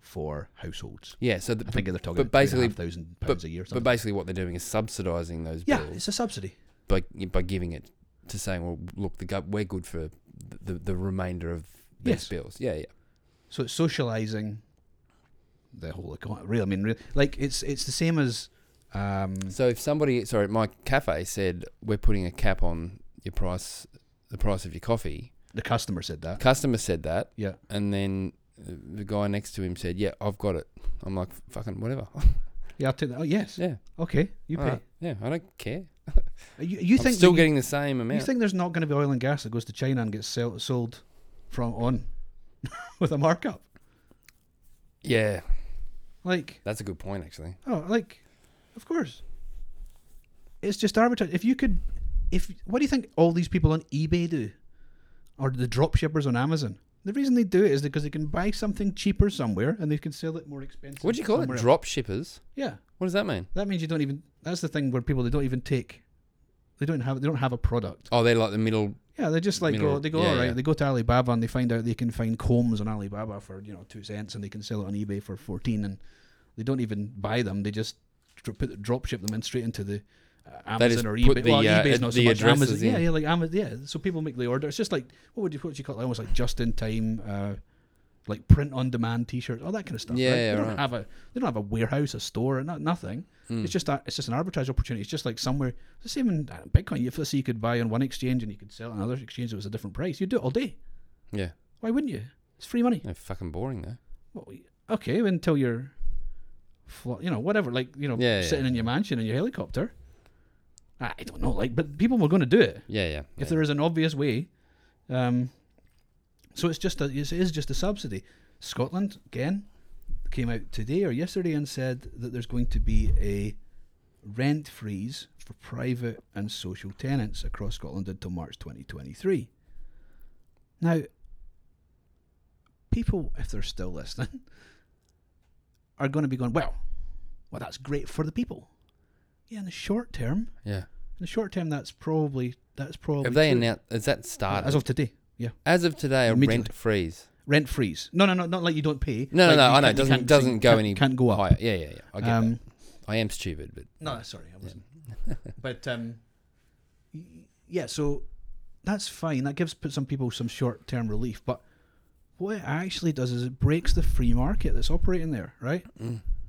C: for households.
B: Yeah. So the,
C: I think
B: but,
C: they're talking
B: but
C: about basically
B: basically,
C: thousand
B: but,
C: pounds a year. Or
B: but
C: something.
B: basically, what they're doing is subsidising those
C: yeah,
B: bills
C: it's a subsidy.
B: by by giving it to saying, well, look, the gov- we're good for the the, the remainder of these
C: Yes.
B: bills. Yeah, yeah.
C: So it's socializing the whole economy. Really, I mean, really, like it's it's the same as um,
B: So if somebody, sorry, my cafe said we're putting a cap on your price, the price of your coffee.
C: the customer said that.
B: Customer said that,
C: Yeah,
B: and then uh, the guy next to him said, "Yeah, I've got it." I'm like, "Fucking whatever."
C: yeah, I'll take that. Oh yes,
B: yeah,
C: okay, you pay. Uh,
B: all right. Yeah, I don't care.
C: You, you
B: I'm
C: think
B: still
C: you,
B: getting the same
C: you
B: amount.
C: think there's not going to be oil and gas that goes to China and gets sell, sold from on with a markup?
B: yeah,
C: Like,
B: that's a good point actually.
C: oh, like, of course. It's just arbitrary. If you could, if what do you think all these people on eBay do, or the drop shippers on Amazon? The reason they do it is because they can buy something cheaper somewhere and they can sell it more expensive.
B: What do you call it?
C: somewhere else.
B: Drop shippers.
C: Yeah,
B: What does that mean?
C: that means you don't even. That's the thing where people they don't even take, they don't have they don't have a product.
B: Oh, they're like the middle.
C: Yeah, they just like go.
B: Mineral-
C: They go
B: yeah,
C: all right.
B: yeah.
C: They go to Alibaba and they find out they can find combs on Alibaba for you know two cents, and they can sell it on eBay for fourteen. And they don't even buy them. They just dr- put drop ship them in straight into the uh,
B: They just
C: Amazon or
B: put
C: eBay.
B: the,
C: well,
B: uh,
C: eBay's not so
B: the
C: much
B: addresses
C: Amazon. Yeah,
B: in.
C: yeah, like Amazon. Yeah, so people make the order. It's just like what would you what would you call it? Almost like just in time. Uh, like print on demand T-shirts, all that kind of stuff.
B: Yeah,
C: right?
B: yeah,
C: they don't
B: right. Hmm.
C: have a they don't have a warehouse, a store, not nothing. It's just a, it's just an arbitrage opportunity. It's just like somewhere it's the same in uh, Bitcoin. If let's say you could buy on one exchange and you could sell on another exchange, it was a different price. You'd do it all day.
B: Yeah,
C: Why wouldn't you? It's free money.
B: they're fucking boring though.
C: Well, okay, until you're, flo- you know, whatever. Like you know,
B: Yeah, yeah,
C: sitting in your mansion in your helicopter. I don't know. Like, but people were going to do it
B: Yeah, yeah.
C: if
B: yeah.
C: there is an obvious way. Um, so it's just a, it is just a subsidy. Scotland again came out today or yesterday and said that there's going to be a rent freeze for private and social tenants across Scotland until March 2023. Now, people, if they're still listening, are going to be going, well, well, that's great for the people. Yeah, in the short term,
B: yeah.
C: in the short term, that's probably that's probably
B: Have they
C: true.
B: announced? Is that started?
C: Uh, as of today? Yeah,
B: As of today, a
C: Immediately.
B: rent freeze.
C: rent freeze. No, no, no, not like you don't pay.
B: No, no, no.
C: like you
B: I know. It
C: can't- you
B: doesn't
C: can't-
B: doesn't go
C: can't-
B: any
C: can't go up.
B: higher. Yeah, yeah, yeah. I get
C: Um,
B: that. I am stupid, but
C: No, sorry, I wasn't. but um, y- yeah, so that's fine. That gives p- some people some short term relief. But what it actually does is it breaks the free market that's operating there, right?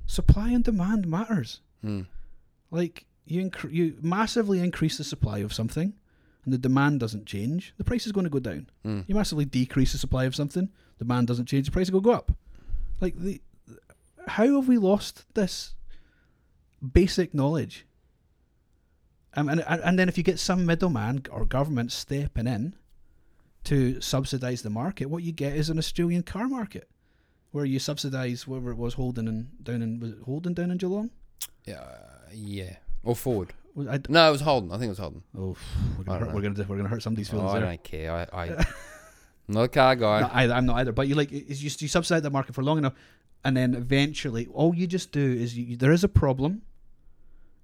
C: Supply and demand matters. Like you, incre- you massively increase the supply of something, and the demand doesn't change. The price is going to go down. You massively decrease the supply of something, demand doesn't change. The price will go up. Like the, how have we lost this basic knowledge? Um, and and and then if you get some middleman or government stepping in to subsidise the market, what you get is an Australian car market, where you subsidise whatever it was Holden and down in was it Holden down in Geelong.
B: yeah, yeah. Or forward.
C: Was- I d-
B: No, it was Holden. I think it was Holden.
C: oh, we're gonna,
B: I don't
C: hurt, we're gonna we're gonna hurt somebody's feelings
B: Oh, I
C: there.
B: don't care. I, I I'm not a car guy.
C: No, I, I'm not either. But you like is you, you subsidize the market for long enough, and then eventually, all you just do is you, you- there is a problem,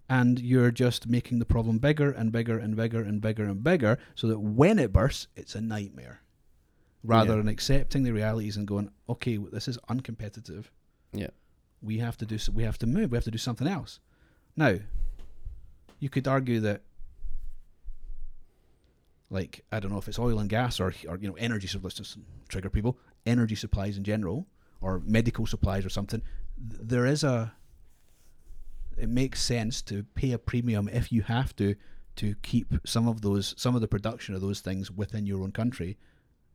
C: and you're just making the problem bigger and bigger and bigger and bigger and bigger, so that when it bursts, it's a nightmare. Rather
B: Yeah.
C: than accepting the realities and going, okay, well, this is uncompetitive.
B: Yeah.
C: We have to do. s- We have to move. We have to do something else. Now, you could argue that like I don't know if it's oil and gas or or you know energy sup- let's just trigger people energy supplies in general or medical supplies or something th- there is a it makes sense to pay a premium if you have to to keep some of those some of the production of those things within your own country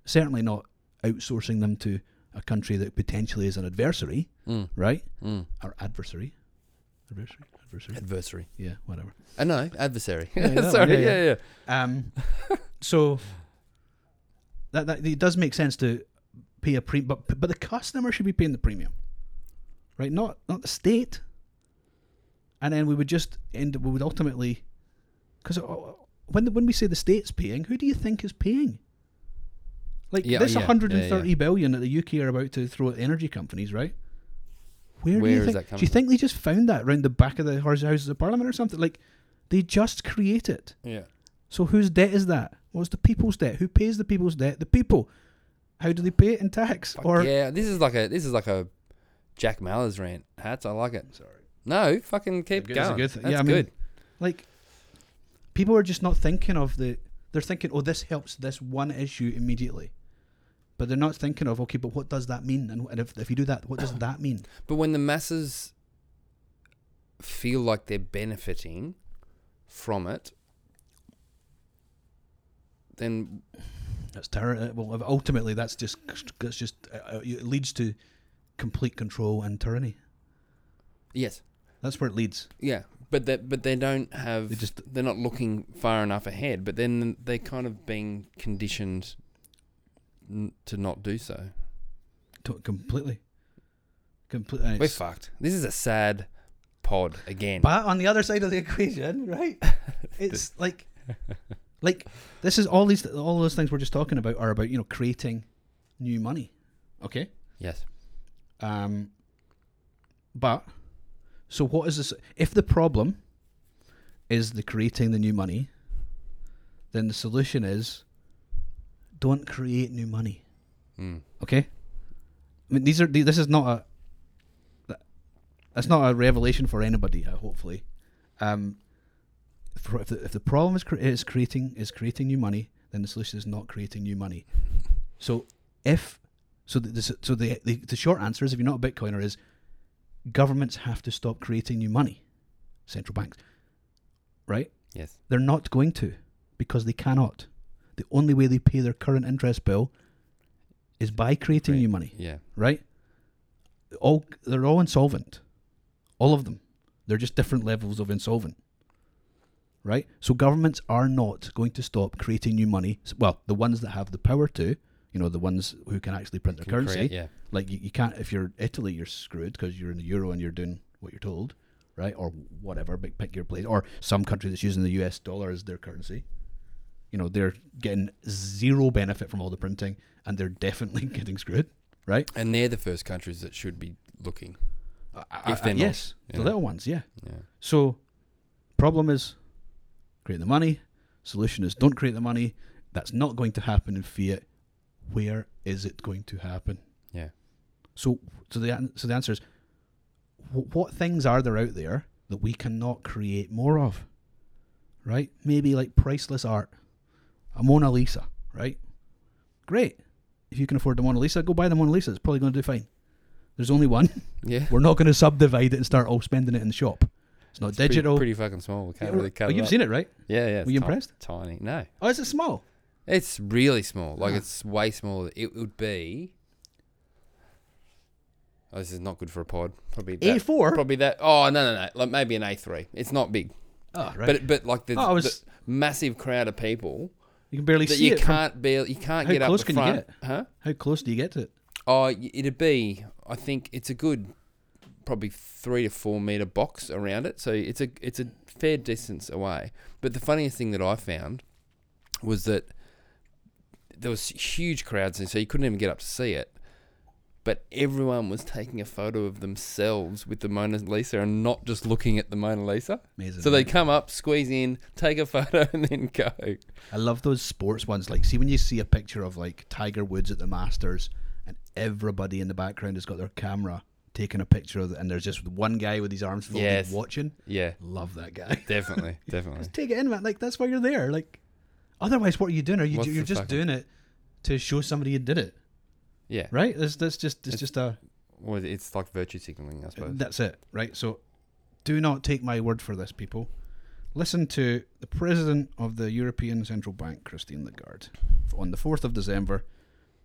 C: certainly not outsourcing them
B: Mm,
C: to a country that potentially is an adversary right or adversary Adversary? Adversary?
B: Adversary.
C: Yeah, whatever.
B: Uh, no, adversary.
C: Yeah, that one,
B: Sorry.
C: yeah,
B: Yeah,
C: yeah.
B: yeah.
C: Um, so that, that it does make sense to pay a premium, but but the customer should be paying the premium, right? Not not the state. And then we would just end. We would ultimately, because when when we say the state's paying, who do you think is paying? Like
B: Yeah,
C: this
B: yeah, yeah,
C: 130
B: yeah.
C: billion that the UK are about to throw at energy companies, right? Where, do
B: Where
C: you
B: is
C: think?
B: that coming
C: do you think they just found that round the back of the Houses of Parliament or something? Like, they just create it.
B: Yeah.
C: So whose debt is that? Well, it's the people's debt. Who pays the people's debt? The people. How do they pay it in tax? or
B: yeah, this is like a this is like a Jack Mallers rant. Hats, I like it.
C: sorry,
B: No, fucking keep
C: Good is a
B: going.
C: good thing.
B: That's
C: Yeah, I mean-
B: good.
C: like people are just not thinking of the. They're thinking, oh, this helps this one issue immediately, but they're not thinking of okay, but what does that mean? And, and if if you do that, what does that mean?
B: But when the masses feel like they're benefiting from it, then
C: That's terror. Well, ultimately, that's just that's just uh, uh, it leads to complete control and tyranny.
B: yes,
C: That's where it leads.
B: yeah. But that but they don't have.
C: They
B: They
C: just-
B: are not looking far enough ahead. But then they're kind of being conditioned n- to not do so.
C: To- completely. uh, Completely.
B: We're fucked. This is a sad pod again.
C: But on the other side of the equation, right? It's like, like this is all these all those things we're just talking about are about you know creating new money, okay?
B: yes.
C: Um, but so what is this? If the problem is the creating the new money, then the solution is don't create new money,
B: Mm.
C: okay? I mean, these are the- this is not a that's not a revelation for anybody. uh, Hopefully, um, for, if, the, if the problem is, cre- is creating is creating new money, then the solution is not creating new money. So if so, the, the, so the, the the short answer is if you're not a Bitcoiner is governments have to stop creating new money, central banks, right?
B: Yes.
C: They're not going to because they cannot. The only way they pay their current interest bill is by creating
B: Right.
C: new money
B: Yeah.
C: right? All they're all insolvent, all of them. They're just different levels of insolvent, right? So governments are not going to stop creating new money. S- Well, the ones that have the power to, you know, the ones who can actually print their
B: Can
C: currency.
B: create- yeah.
C: Like you, you can't if you're Italy, you're screwed because you're in the euro and you're doing what you're told, right? Or whatever, pick pick your place. Or some country that's using the U.S. dollar as their currency. You know, they're getting zero benefit from all the printing, and they're definitely getting screwed, right?
B: And they're the first countries that should be looking.
C: I-
B: If
C: I-
B: they're not,
C: Uh, yes,
B: you
C: the
B: know.
C: little ones, yeah.
B: Yeah.
C: So, problem is, create the money. Solution is don't create the money. That's not going to happen in fiat. Where is it going to happen?
B: Yeah.
C: So, so the an- so the answer is, wh- what things are there out there that we cannot create more of? Right? Maybe like priceless art, a Mona Lisa. Right? Great. If you can afford the Mona Lisa, go buy the Mona Lisa. It's probably going to do fine. There's only one.
B: Yeah.
C: We're not going to subdivide it and start all spending it in the shop. It's not
B: Pretty-
C: Oh, digital.
B: Pretty, fucking small. We can't
C: Yeah,
B: really cut
C: oh,
B: it
C: you've
B: up.
C: seen it, right?
B: Yeah, yeah.
C: Were
B: it's
C: you
B: ti-
C: impressed?
B: Tiny. No.
C: Oh, is it small?
B: It's really small. Like,
C: Ah.
B: it's way smaller. It would be. Oh, this is not good for a pod. Probably that.
C: A4?
B: Probably that. Oh, no, no, no. Like, maybe an A3. It's not big.
C: Oh, right.
B: But, but like, there's
C: Oh, I was-
B: the massive crowd of people
C: you can barely
B: that
C: see
B: you
C: it. from-
B: can't barely, you can't
C: How
B: get up
C: close
B: the
C: can you
B: front.
C: get
B: Huh?
C: how close do you get to it?
B: Oh, y- it'd be. I think it's a good, probably three to four meter box around it. So it's a it's a fair distance away. But the funniest thing that I found was that there was huge crowds, and so you couldn't even get up to see it. But everyone was taking a photo of themselves with the Mona Lisa and not just looking at the Mona Lisa.
C: Amazing.
B: So they
C: right?
B: come up, squeeze in, take a photo, and then go.
C: I love those sports ones. Like, see when you see a picture of like Tiger Woods at the Masters, and everybody in the background has got their camera taking a picture of it, and there's just one guy with his arms folded
B: Yes.
C: watching.
B: Yeah,
C: Love that guy.
B: definitely, definitely.
C: Just take it in, man. Like that's why you're there. Like, otherwise, what are you doing? Are you
B: What's
C: you're
B: the
C: just
B: fucking-
C: doing it to show somebody you did it,
B: Yeah,
C: right? That's that's just it's
B: It's-
C: just a
B: well, it's like virtue signaling, I suppose.
C: That's it, right? So do not take my word for this, people. Listen to the president of the European Central Bank, Christine Lagarde, on the 4th of December.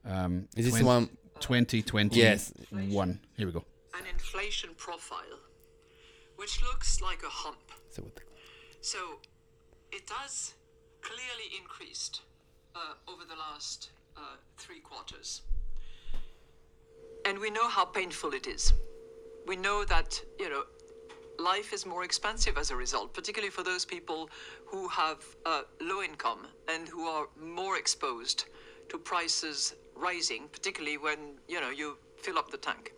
C: Um,
B: Is this the
C: 20-
B: one
C: 2021.
B: Yes. Uh,
C: Here we go.
D: an inflation profile which looks like a hump.
B: So what the,
D: So it does clearly increased uh, over the last uh, three quarters. And we know how painful it is. We know that, you know, life is more expensive as a result, particularly for those people who have uh, low income and who are more exposed to prices rising, particularly when, you know, you fill up the tank.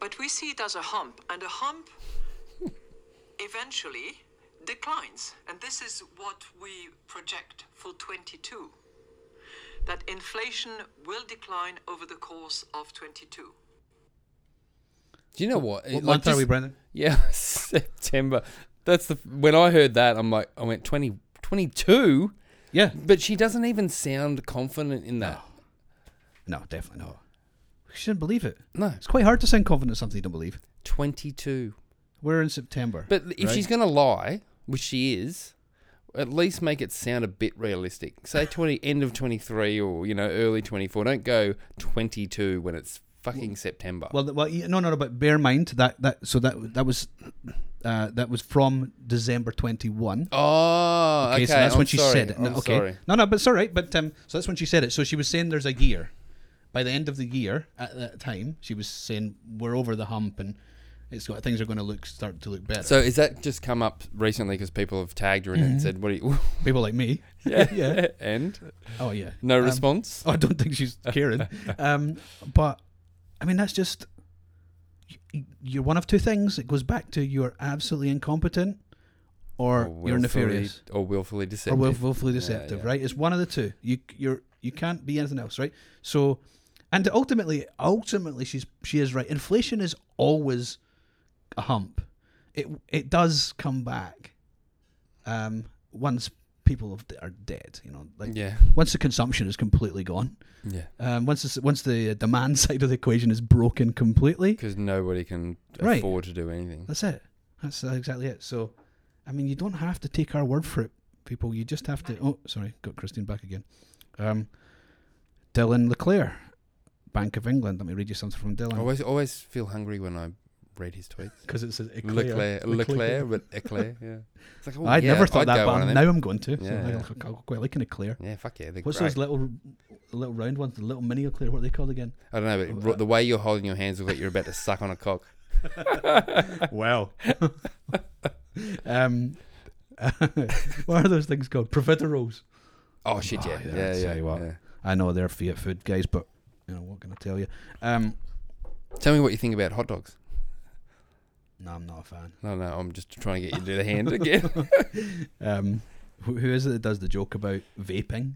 D: But we see it as a hump, and a hump eventually declines. And this is what we project for 22 that inflation will decline over the course of 22.
B: do you know what?
C: What month are we, Brendan?
B: Yeah, September. That's the when I heard that I'm like I went 20, 22?
C: Yeah.
B: but she doesn't even sound confident in that.
C: No, definitely not. You shouldn't believe it.
B: No,
C: It's quite hard to sound confident in something you don't believe.
B: 22.
C: We're in September.
B: But if
C: right?
B: she's going to lie, which she is, at least make it sound a bit realistic. Say 20 end of 23 or you know early 24. Don't go 22 when it's fucking September.
C: Well, th- well, yeah, no, no, no. But bear in mind that that so that that was uh, that was from December twenty one.
B: oh, okay.
C: so that's
B: I'm
C: when she
B: sorry.
C: said it. No,
B: I'm
C: okay,
B: sorry.
C: no, no, but it's all right. But um, so that's when she said it. So she was saying there's a year. By the end of the year, at that time, she was saying we're over the hump and it's got things are going to look start to look better.
B: So is that just come up recently because people have tagged her in it
C: Mm-hmm.
B: and said, "What do you?"
C: People like me.
B: yeah, yeah. And
C: Oh yeah.
B: no
C: Um,
B: response.
C: Oh, I don't think she's caring. um, but I mean, that's just y- you're one of two things. It goes back to you're absolutely incompetent, or, you're
B: Oh, willfully-
C: nefarious,
B: or willfully
C: or
B: deceptive.
C: will, willfully deceptive.
B: yeah.
C: Right? It's one of the two. You c- you're you can't be anything else. Right? So, and ultimately, ultimately, she's she is right. Inflation is always a hump. It it does come back. Um, once people have, are dead, you know, like
B: yeah,
C: once the consumption is completely gone,
B: yeah.
C: um, once this, once the demand side of the equation is broken completely,
B: Because nobody can
C: Right.
B: afford to do anything.
C: that's it. That's exactly it. So, I mean, you don't have to take our word for it, people. You just have to. Oh, sorry, got Christine back again. Um, Dylan Leclerc, Bank of England. Let me read you something from
B: I
C: Dylan
B: always always feel hungry when I read his tweets.
C: because it's
B: Leclerc, Leclerc, but Eclair, yeah. It's like, oh,
C: I would
B: yeah,
C: never thought
B: I'd
C: that,
B: go one
C: but
B: of
C: now
B: them.
C: I'm going to.
B: Yeah,
C: so
B: yeah.
C: I like- I quite like an Eclair.
B: Yeah, fuck yeah. They're
C: What's
B: great.
C: those little, little round ones? The little mini Eclair. What are they called again?
B: I don't know, but ro- the way you're holding your hands looks like you're about to suck on a cock.
C: Wow. um, what are those things called? Profiteroles.
B: Oh shit,
C: Oh,
B: yeah,
C: yeah,
B: yeah, yeah.
C: I tell you what.
B: yeah.
C: I know they're Fiat food guys, but you know what can I tell you? Um,
B: Tell me what you think about hot dogs.
C: no, I'm not a fan.
B: No, no, I'm just trying to get you to do the hand again.
C: Um, who, who is it that does the joke about vaping?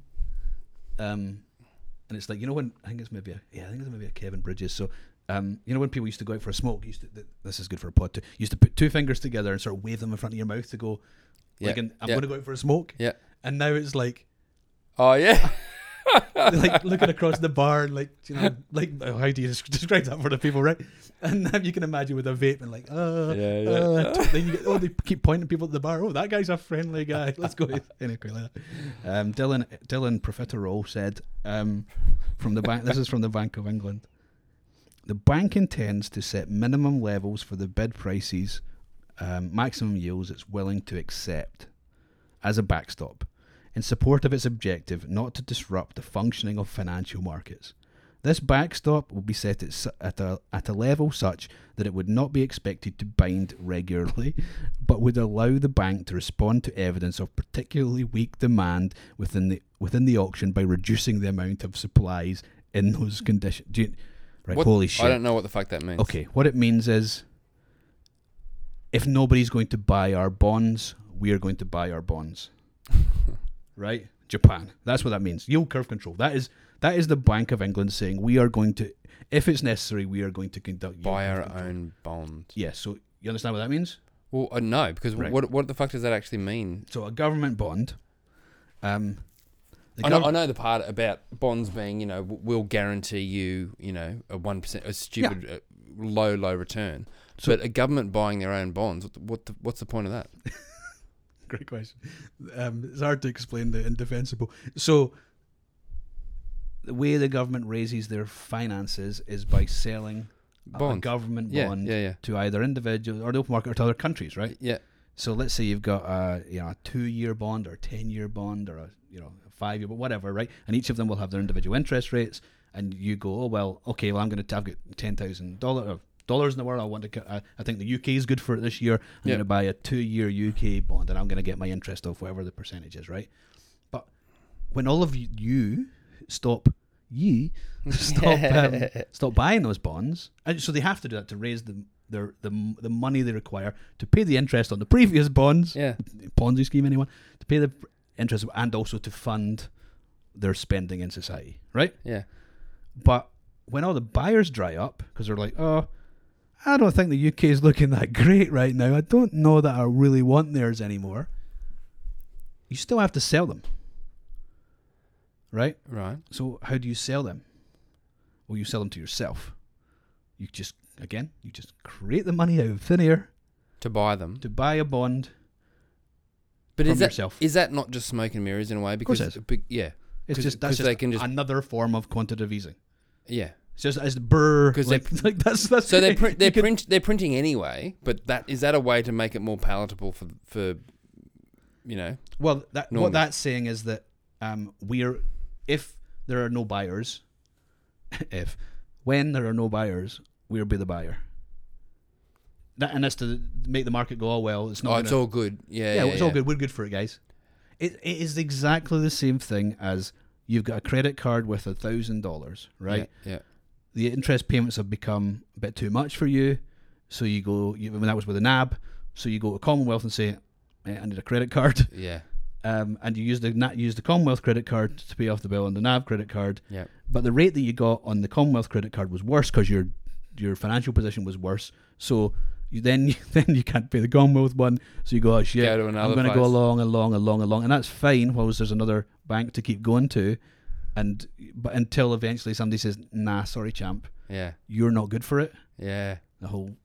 C: Um, and it's like you know when I think it's maybe a, yeah I think it's maybe a Kevin Bridges. So um, you know when people used to go out for a smoke, used to th- this is good for a pod too. Used to put two fingers together and sort of wave them in front of your mouth to go
B: Yeah,
C: like an, I'm
B: yeah.
C: going to go out for a smoke.
B: yeah.
C: And now it's like
B: Oh yeah.
C: like looking across the bar, and like you know, like oh, how do you des- describe that for the people, right? And then you can imagine with a vape and like, uh,
B: Yeah, yeah.
C: uh, t- then you get, oh, they keep pointing people at the bar. Oh, that guy's a friendly guy. Let's go. anyway, like that. Um, Dylan Dylan Profiterole said um, from the bank. This is from the Bank of England. The bank intends to set minimum levels for the bid prices, um, maximum yields it's willing to accept as a backstop in support of its objective not to disrupt the functioning of financial markets. This backstop will be set at, su- at, a, at a level such that it would not be expected to bind regularly, but would allow the bank to respond to evidence of particularly weak demand within the within the auction by reducing the amount of supplies in those conditions. Do you, right,
B: What-
C: holy shit.
B: I don't know what the fuck that means.
C: Okay, what it means is if nobody's going to buy our bonds, we're going to buy our bonds. right? Japan. That's what that means. Yield curve control. That is that is the Bank of England saying we are going to if it's necessary, we are going to conduct yield
B: Buy
C: curve
B: our
C: control."
B: own bond.
C: Yeah, so you understand what that means?
B: Well, uh, no, because
C: Right.
B: what what the fuck does that actually mean?
C: So a government bond um the
B: I know,
C: gov-
B: I know the part about bonds being, you know, w- we'll guarantee you, you know, a one percent, a stupid uh, low, low return. but a government buying their own bonds, what, the, what the, what's the point of that?
C: Great question. Um, it's hard to explain the indefensible. So, the way the government raises their finances is by selling of a
B: Bonds.
C: government
B: Yeah,
C: bond
B: yeah, yeah.
C: to either individuals or the open market or to other countries, right?
B: Yeah.
C: So let's say you've got a you know a two year bond or a ten year bond or a you know a five year but whatever, right? And each of them will have their individual interest rates. And you go, oh well, okay, well I'm going to I've got ten thousand dollars uh, dollars in the world. I want to. get- I, I think the UK is good for it this year. I'm
B: Yeah.
C: going to buy a two year UK bond, and I'm going to get my interest off whatever the percentage is, right? But when all of you, you stop you stop um, stop buying those bonds, and so they have to do that to raise the their the, m- the money they require to pay the interest on the previous bonds,
B: Yeah.
C: Ponzi scheme, anyone to pay the pr- interest and also to fund their spending in society, right?
B: Yeah.
C: But when all the buyers dry up because they're like, oh, I don't think the UK is looking that great right now. I don't know that I really want theirs anymore. You still have to sell them, right?
B: Right.
C: So how do you sell them? Well, you sell them to yourself. You just again, you just create the money out of thin air
B: To buy them.
C: to buy a bond.
B: But
C: from
B: is that is
C: yourself.
B: that not just smoke and mirrors in a way?
C: course
B: Because
C: it is.
B: be- yeah,
C: It's
B: 'Cause-
C: just
B: 'cause
C: that's just,
B: they can just
C: another form of quantitative easing.
B: yeah.
C: It's just as brr
B: 'Cause they-
C: like, like that's that's
B: So they're
C: you
B: print, they're
C: could-
B: print, they're printing anyway. But that is that a way to make it more palatable for for you know
C: Well, that,
B: Normies.
C: what that's saying is that um, we're if there are no buyers, if when there are no buyers, we'll be the buyer. That, and that's to make the market go, oh well, it's not.
B: oh
C: gonna-
B: it's all good yeah
C: yeah, it's all good. We're good for it, guys. It, it is exactly the same thing as you've got a credit card with a thousand dollars, right?
B: yeah, yeah.
C: the interest payments have become a bit too much for you. So you go, you, I mean, that was with a NAB. So you go to Commonwealth and say, "Eh, I need a credit card.
B: Yeah,
C: Um, and you use the na- use the Commonwealth credit card to pay off the bill on the NAB credit card.
B: yeah,
C: But the rate that you got on the Commonwealth credit card was worse because your your financial position was worse. So you then then you can't pay the Commonwealth one. So you go, oh shit,
B: Go to another
C: I'm going to go
B: place."
C: along, along, along, along, and that's fine. Whilst there's another bank to keep going to, and but until eventually somebody says, nah, sorry, champ,
B: yeah,
C: you're not good for it.
B: yeah.
C: The whole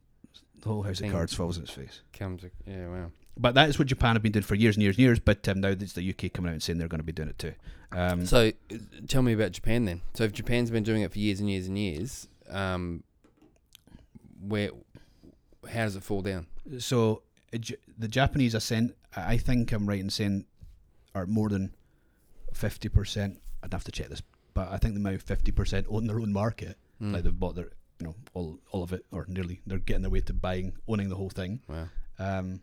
C: the whole house
B: Thing.
C: of cards falls in its face.
B: Comes, a- yeah, wow.
C: But that is what Japan have been doing for years and years and years. But um, now it's the UK coming out and saying they're going to be doing it too. Um,
B: So, uh, tell me about Japan then. So, if Japan's been doing it for years and years and years, um, where, how does it fall down?
C: so uh, J- the Japanese ascent, I think I'm right in saying, are more than fifty percent. I'd have to check this, but I think they're now fifty percent own their own market. Like they've bought their, you know, all all of it or nearly. They're getting their way to buying, owning the whole thing.
B: Wow.
C: Um,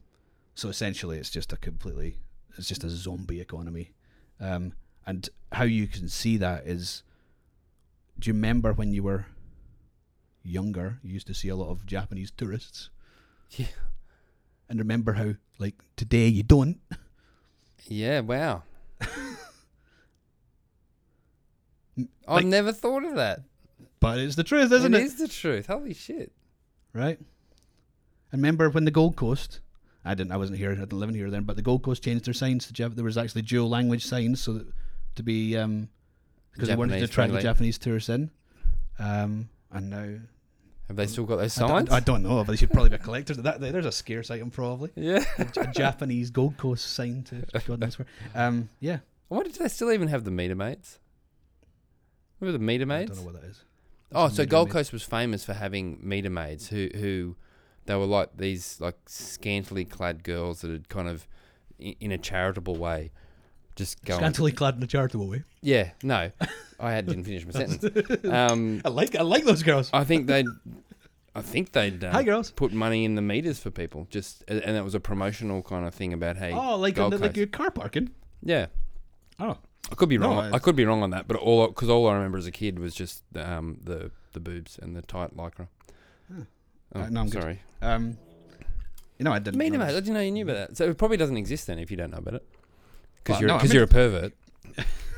C: so essentially, it's just a completely, it's just a zombie economy. Um, and how you can see that is, do you remember when you were younger, you used to see a lot of Japanese tourists?
B: Yeah.
C: And remember how, like, today you don't.
B: Yeah, wow.
C: like-
B: I've never thought of that.
C: But it's the truth, isn't
B: it
C: it?
B: is the truth. Holy shit.
C: Right? And remember when the Gold Coast, I didn't, I wasn't here, I didn't live in here then, but the Gold Coast changed their signs to Jap- there was actually dual language signs so that to be, um, because they wanted to
B: Japanese
C: attract the
B: friendly.
C: Japanese tourists in. Um, and now
B: Have they still got those
C: Um, I
B: signs?
C: don't, I don't know, but they should probably be a collector's. That, there's a scarce item probably.
B: yeah.
C: A Japanese Gold Coast sign to God knows where. Um, yeah,
B: I wonder, do they still even have the meter mates? Remember the meter
C: I
B: mates?
C: don't know what that is.
B: Oh,
C: Some
B: so
C: meter
B: Gold
C: maid.
B: Coast was famous for having meter maids who who they were like these like scantily clad girls that had kind of i- in a charitable way just going.
C: Scantily clad in a charitable way.
B: Yeah, no, I had, didn't finish my sentence. Um,
C: I like I like those girls.
B: I think they, would I think they'd uh,
C: Hi, girls.
B: put money in the meters for people just and and that was a promotional kind of thing about hey
C: Oh, like
B: Gold
C: the, like
B: Coast.
C: your car parking.
B: yeah.
C: Oh,
B: I could be
C: No,
B: wrong.
C: I-
B: I, could be wrong on that, but all because all I remember as a kid was just um, the the boobs and the tight lycra. Oh,
C: Right, no, I'm good.
B: sorry.
C: um, you know I didn't.
B: Meter
C: know
B: maid. I
C: this.
B: didn't know you knew about that. So it probably doesn't exist then if you don't know about it. Because
C: Well,
B: you're,
C: no, I
B: cause
C: meant-
B: you're a pervert.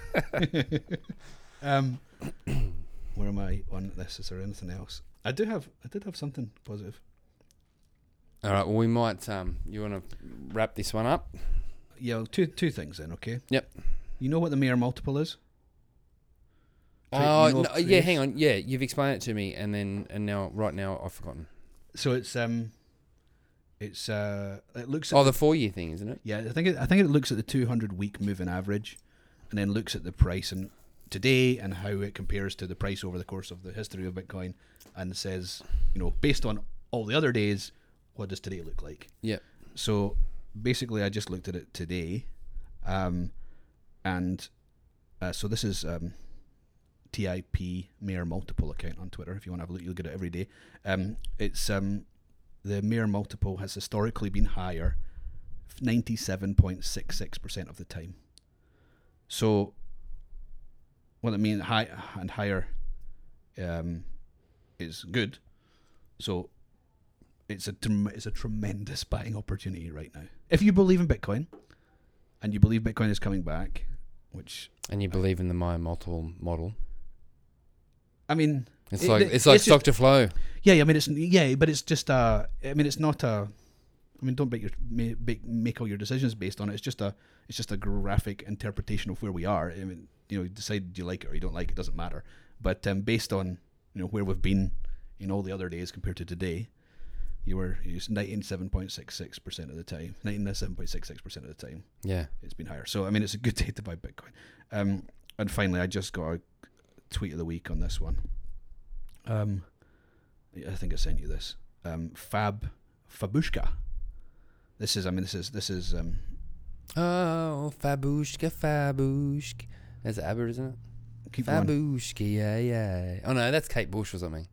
C: Um, where am I on this? Is there anything else? I do have I did have something positive.
B: All right. Well, we might. Um, you want to wrap this one up?
C: Yeah, well, two two things then. Okay.
B: Yep.
C: You know what the Mayer multiple is? Tra-
B: Oh
C: you know
B: no,
C: of
B: yeah.
C: trees?
B: Hang on. Yeah, you've explained it to me, and then and now right now I've forgotten.
C: So it's um, it's uh, it looks. At
B: Oh, the four year thing, isn't it?
C: Yeah, I think it, I think it looks at the 200 week moving average, and then looks at the price and today and how it compares to the price over the course of the history of Bitcoin, and says, you know, based on all the other days, what does today look like?
B: Yep.
C: So basically, I just looked at it today, um, and uh, so this is um, TIP Mayor Multiple account on Twitter. If you want to have a look, you'll get it every day. Um, it's um, the Mayor Multiple has historically been higher, ninety-seven point six six percent of the time. So, what I mean high and higher, um, is good. So, it's a trem- it's a tremendous buying opportunity right now. If you believe in Bitcoin, and you believe Bitcoin is coming back, which
B: And you believe in the Maya multiple model.
C: I mean,
B: It's
C: it-
B: like
C: it-
B: it's like
C: just-
B: stock to flow.
C: Yeah, yeah, I mean it's yeah, but it's just uh I mean it's not a I mean don't make your ma- make, make all your decisions based on it. It's just a it's just a graphic interpretation of where we are. I mean, you know, you decide do you like it or you don't like it, doesn't matter. But um, based on, you know, where we've been in all the other days compared to today, you were it's 97.66% of the time. 97.66% of the time
B: Yeah.
C: it's been higher. So I mean, it's a good day to buy Bitcoin. Um, and finally, I just got a tweet of the week on this one. Um, I think I sent you this. Um, Fab Fabushka. This is. I mean, this is. This is. Um,
B: Oh, Fabushka, Fabushka. That's Abbott, isn't it?
C: keep going.
B: Fabushka, yeah, yeah. Oh no, that's Kate Bush or something.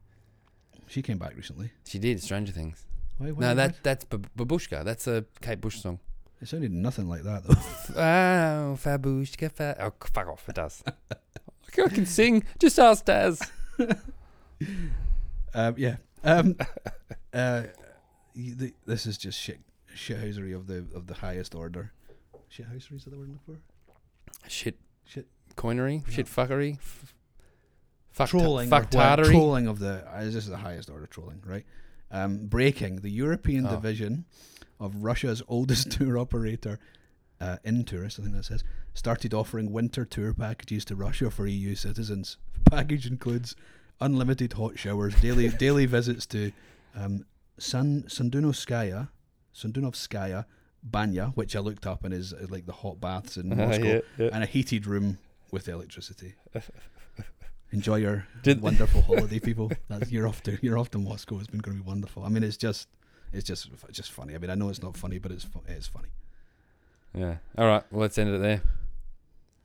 C: She came back recently.
B: She did Stranger Things.
C: Why, why
B: No,
C: did
B: that that's Bab- Babushka. That's a Kate Bush song.
C: It sounded nothing like that though.
B: Oh, Fabushka, fa- oh, c- fuck off, it does. I can sing. Just ask Daz.
C: um, yeah. Um, uh, y- the, this is just shit shithousery of the of the highest order. Shithousery is that the word I'm looking for?
B: Shit,
C: Shit.
B: coinery, shit fuckery, f- fuck,
C: trolling,
B: fuck
C: or what-
B: tartary.
C: trolling of the uh, this is the highest order trolling, right? Um, breaking the European
B: Oh.
C: division of Russia's oldest tour operator, uh, Intourist, I think that says, started offering winter tour packages to Russia for EU citizens. The package includes unlimited hot showers, daily daily visits to um, San Sandunovskaya, Sandunovskaya banya, which I looked up and is, is like the hot baths
B: Ah,
C: in Moscow, and a heated room with electricity. Enjoy your
B: Did-
C: wonderful holiday, people. That's, you're off to you're off to Moscow. It's been going to be wonderful. I mean, it's just it's just it's just funny. I mean, I know it's not funny, but it's fu- it's funny.
B: Yeah. All right. Well, let's end it there.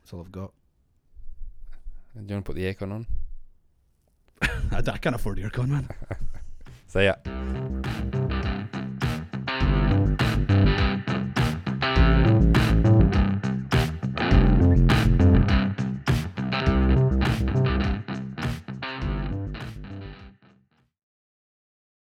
C: That's all I've got.
B: Do you want to put the aircon on?
C: I, I can't afford your con, man.
B: See ya.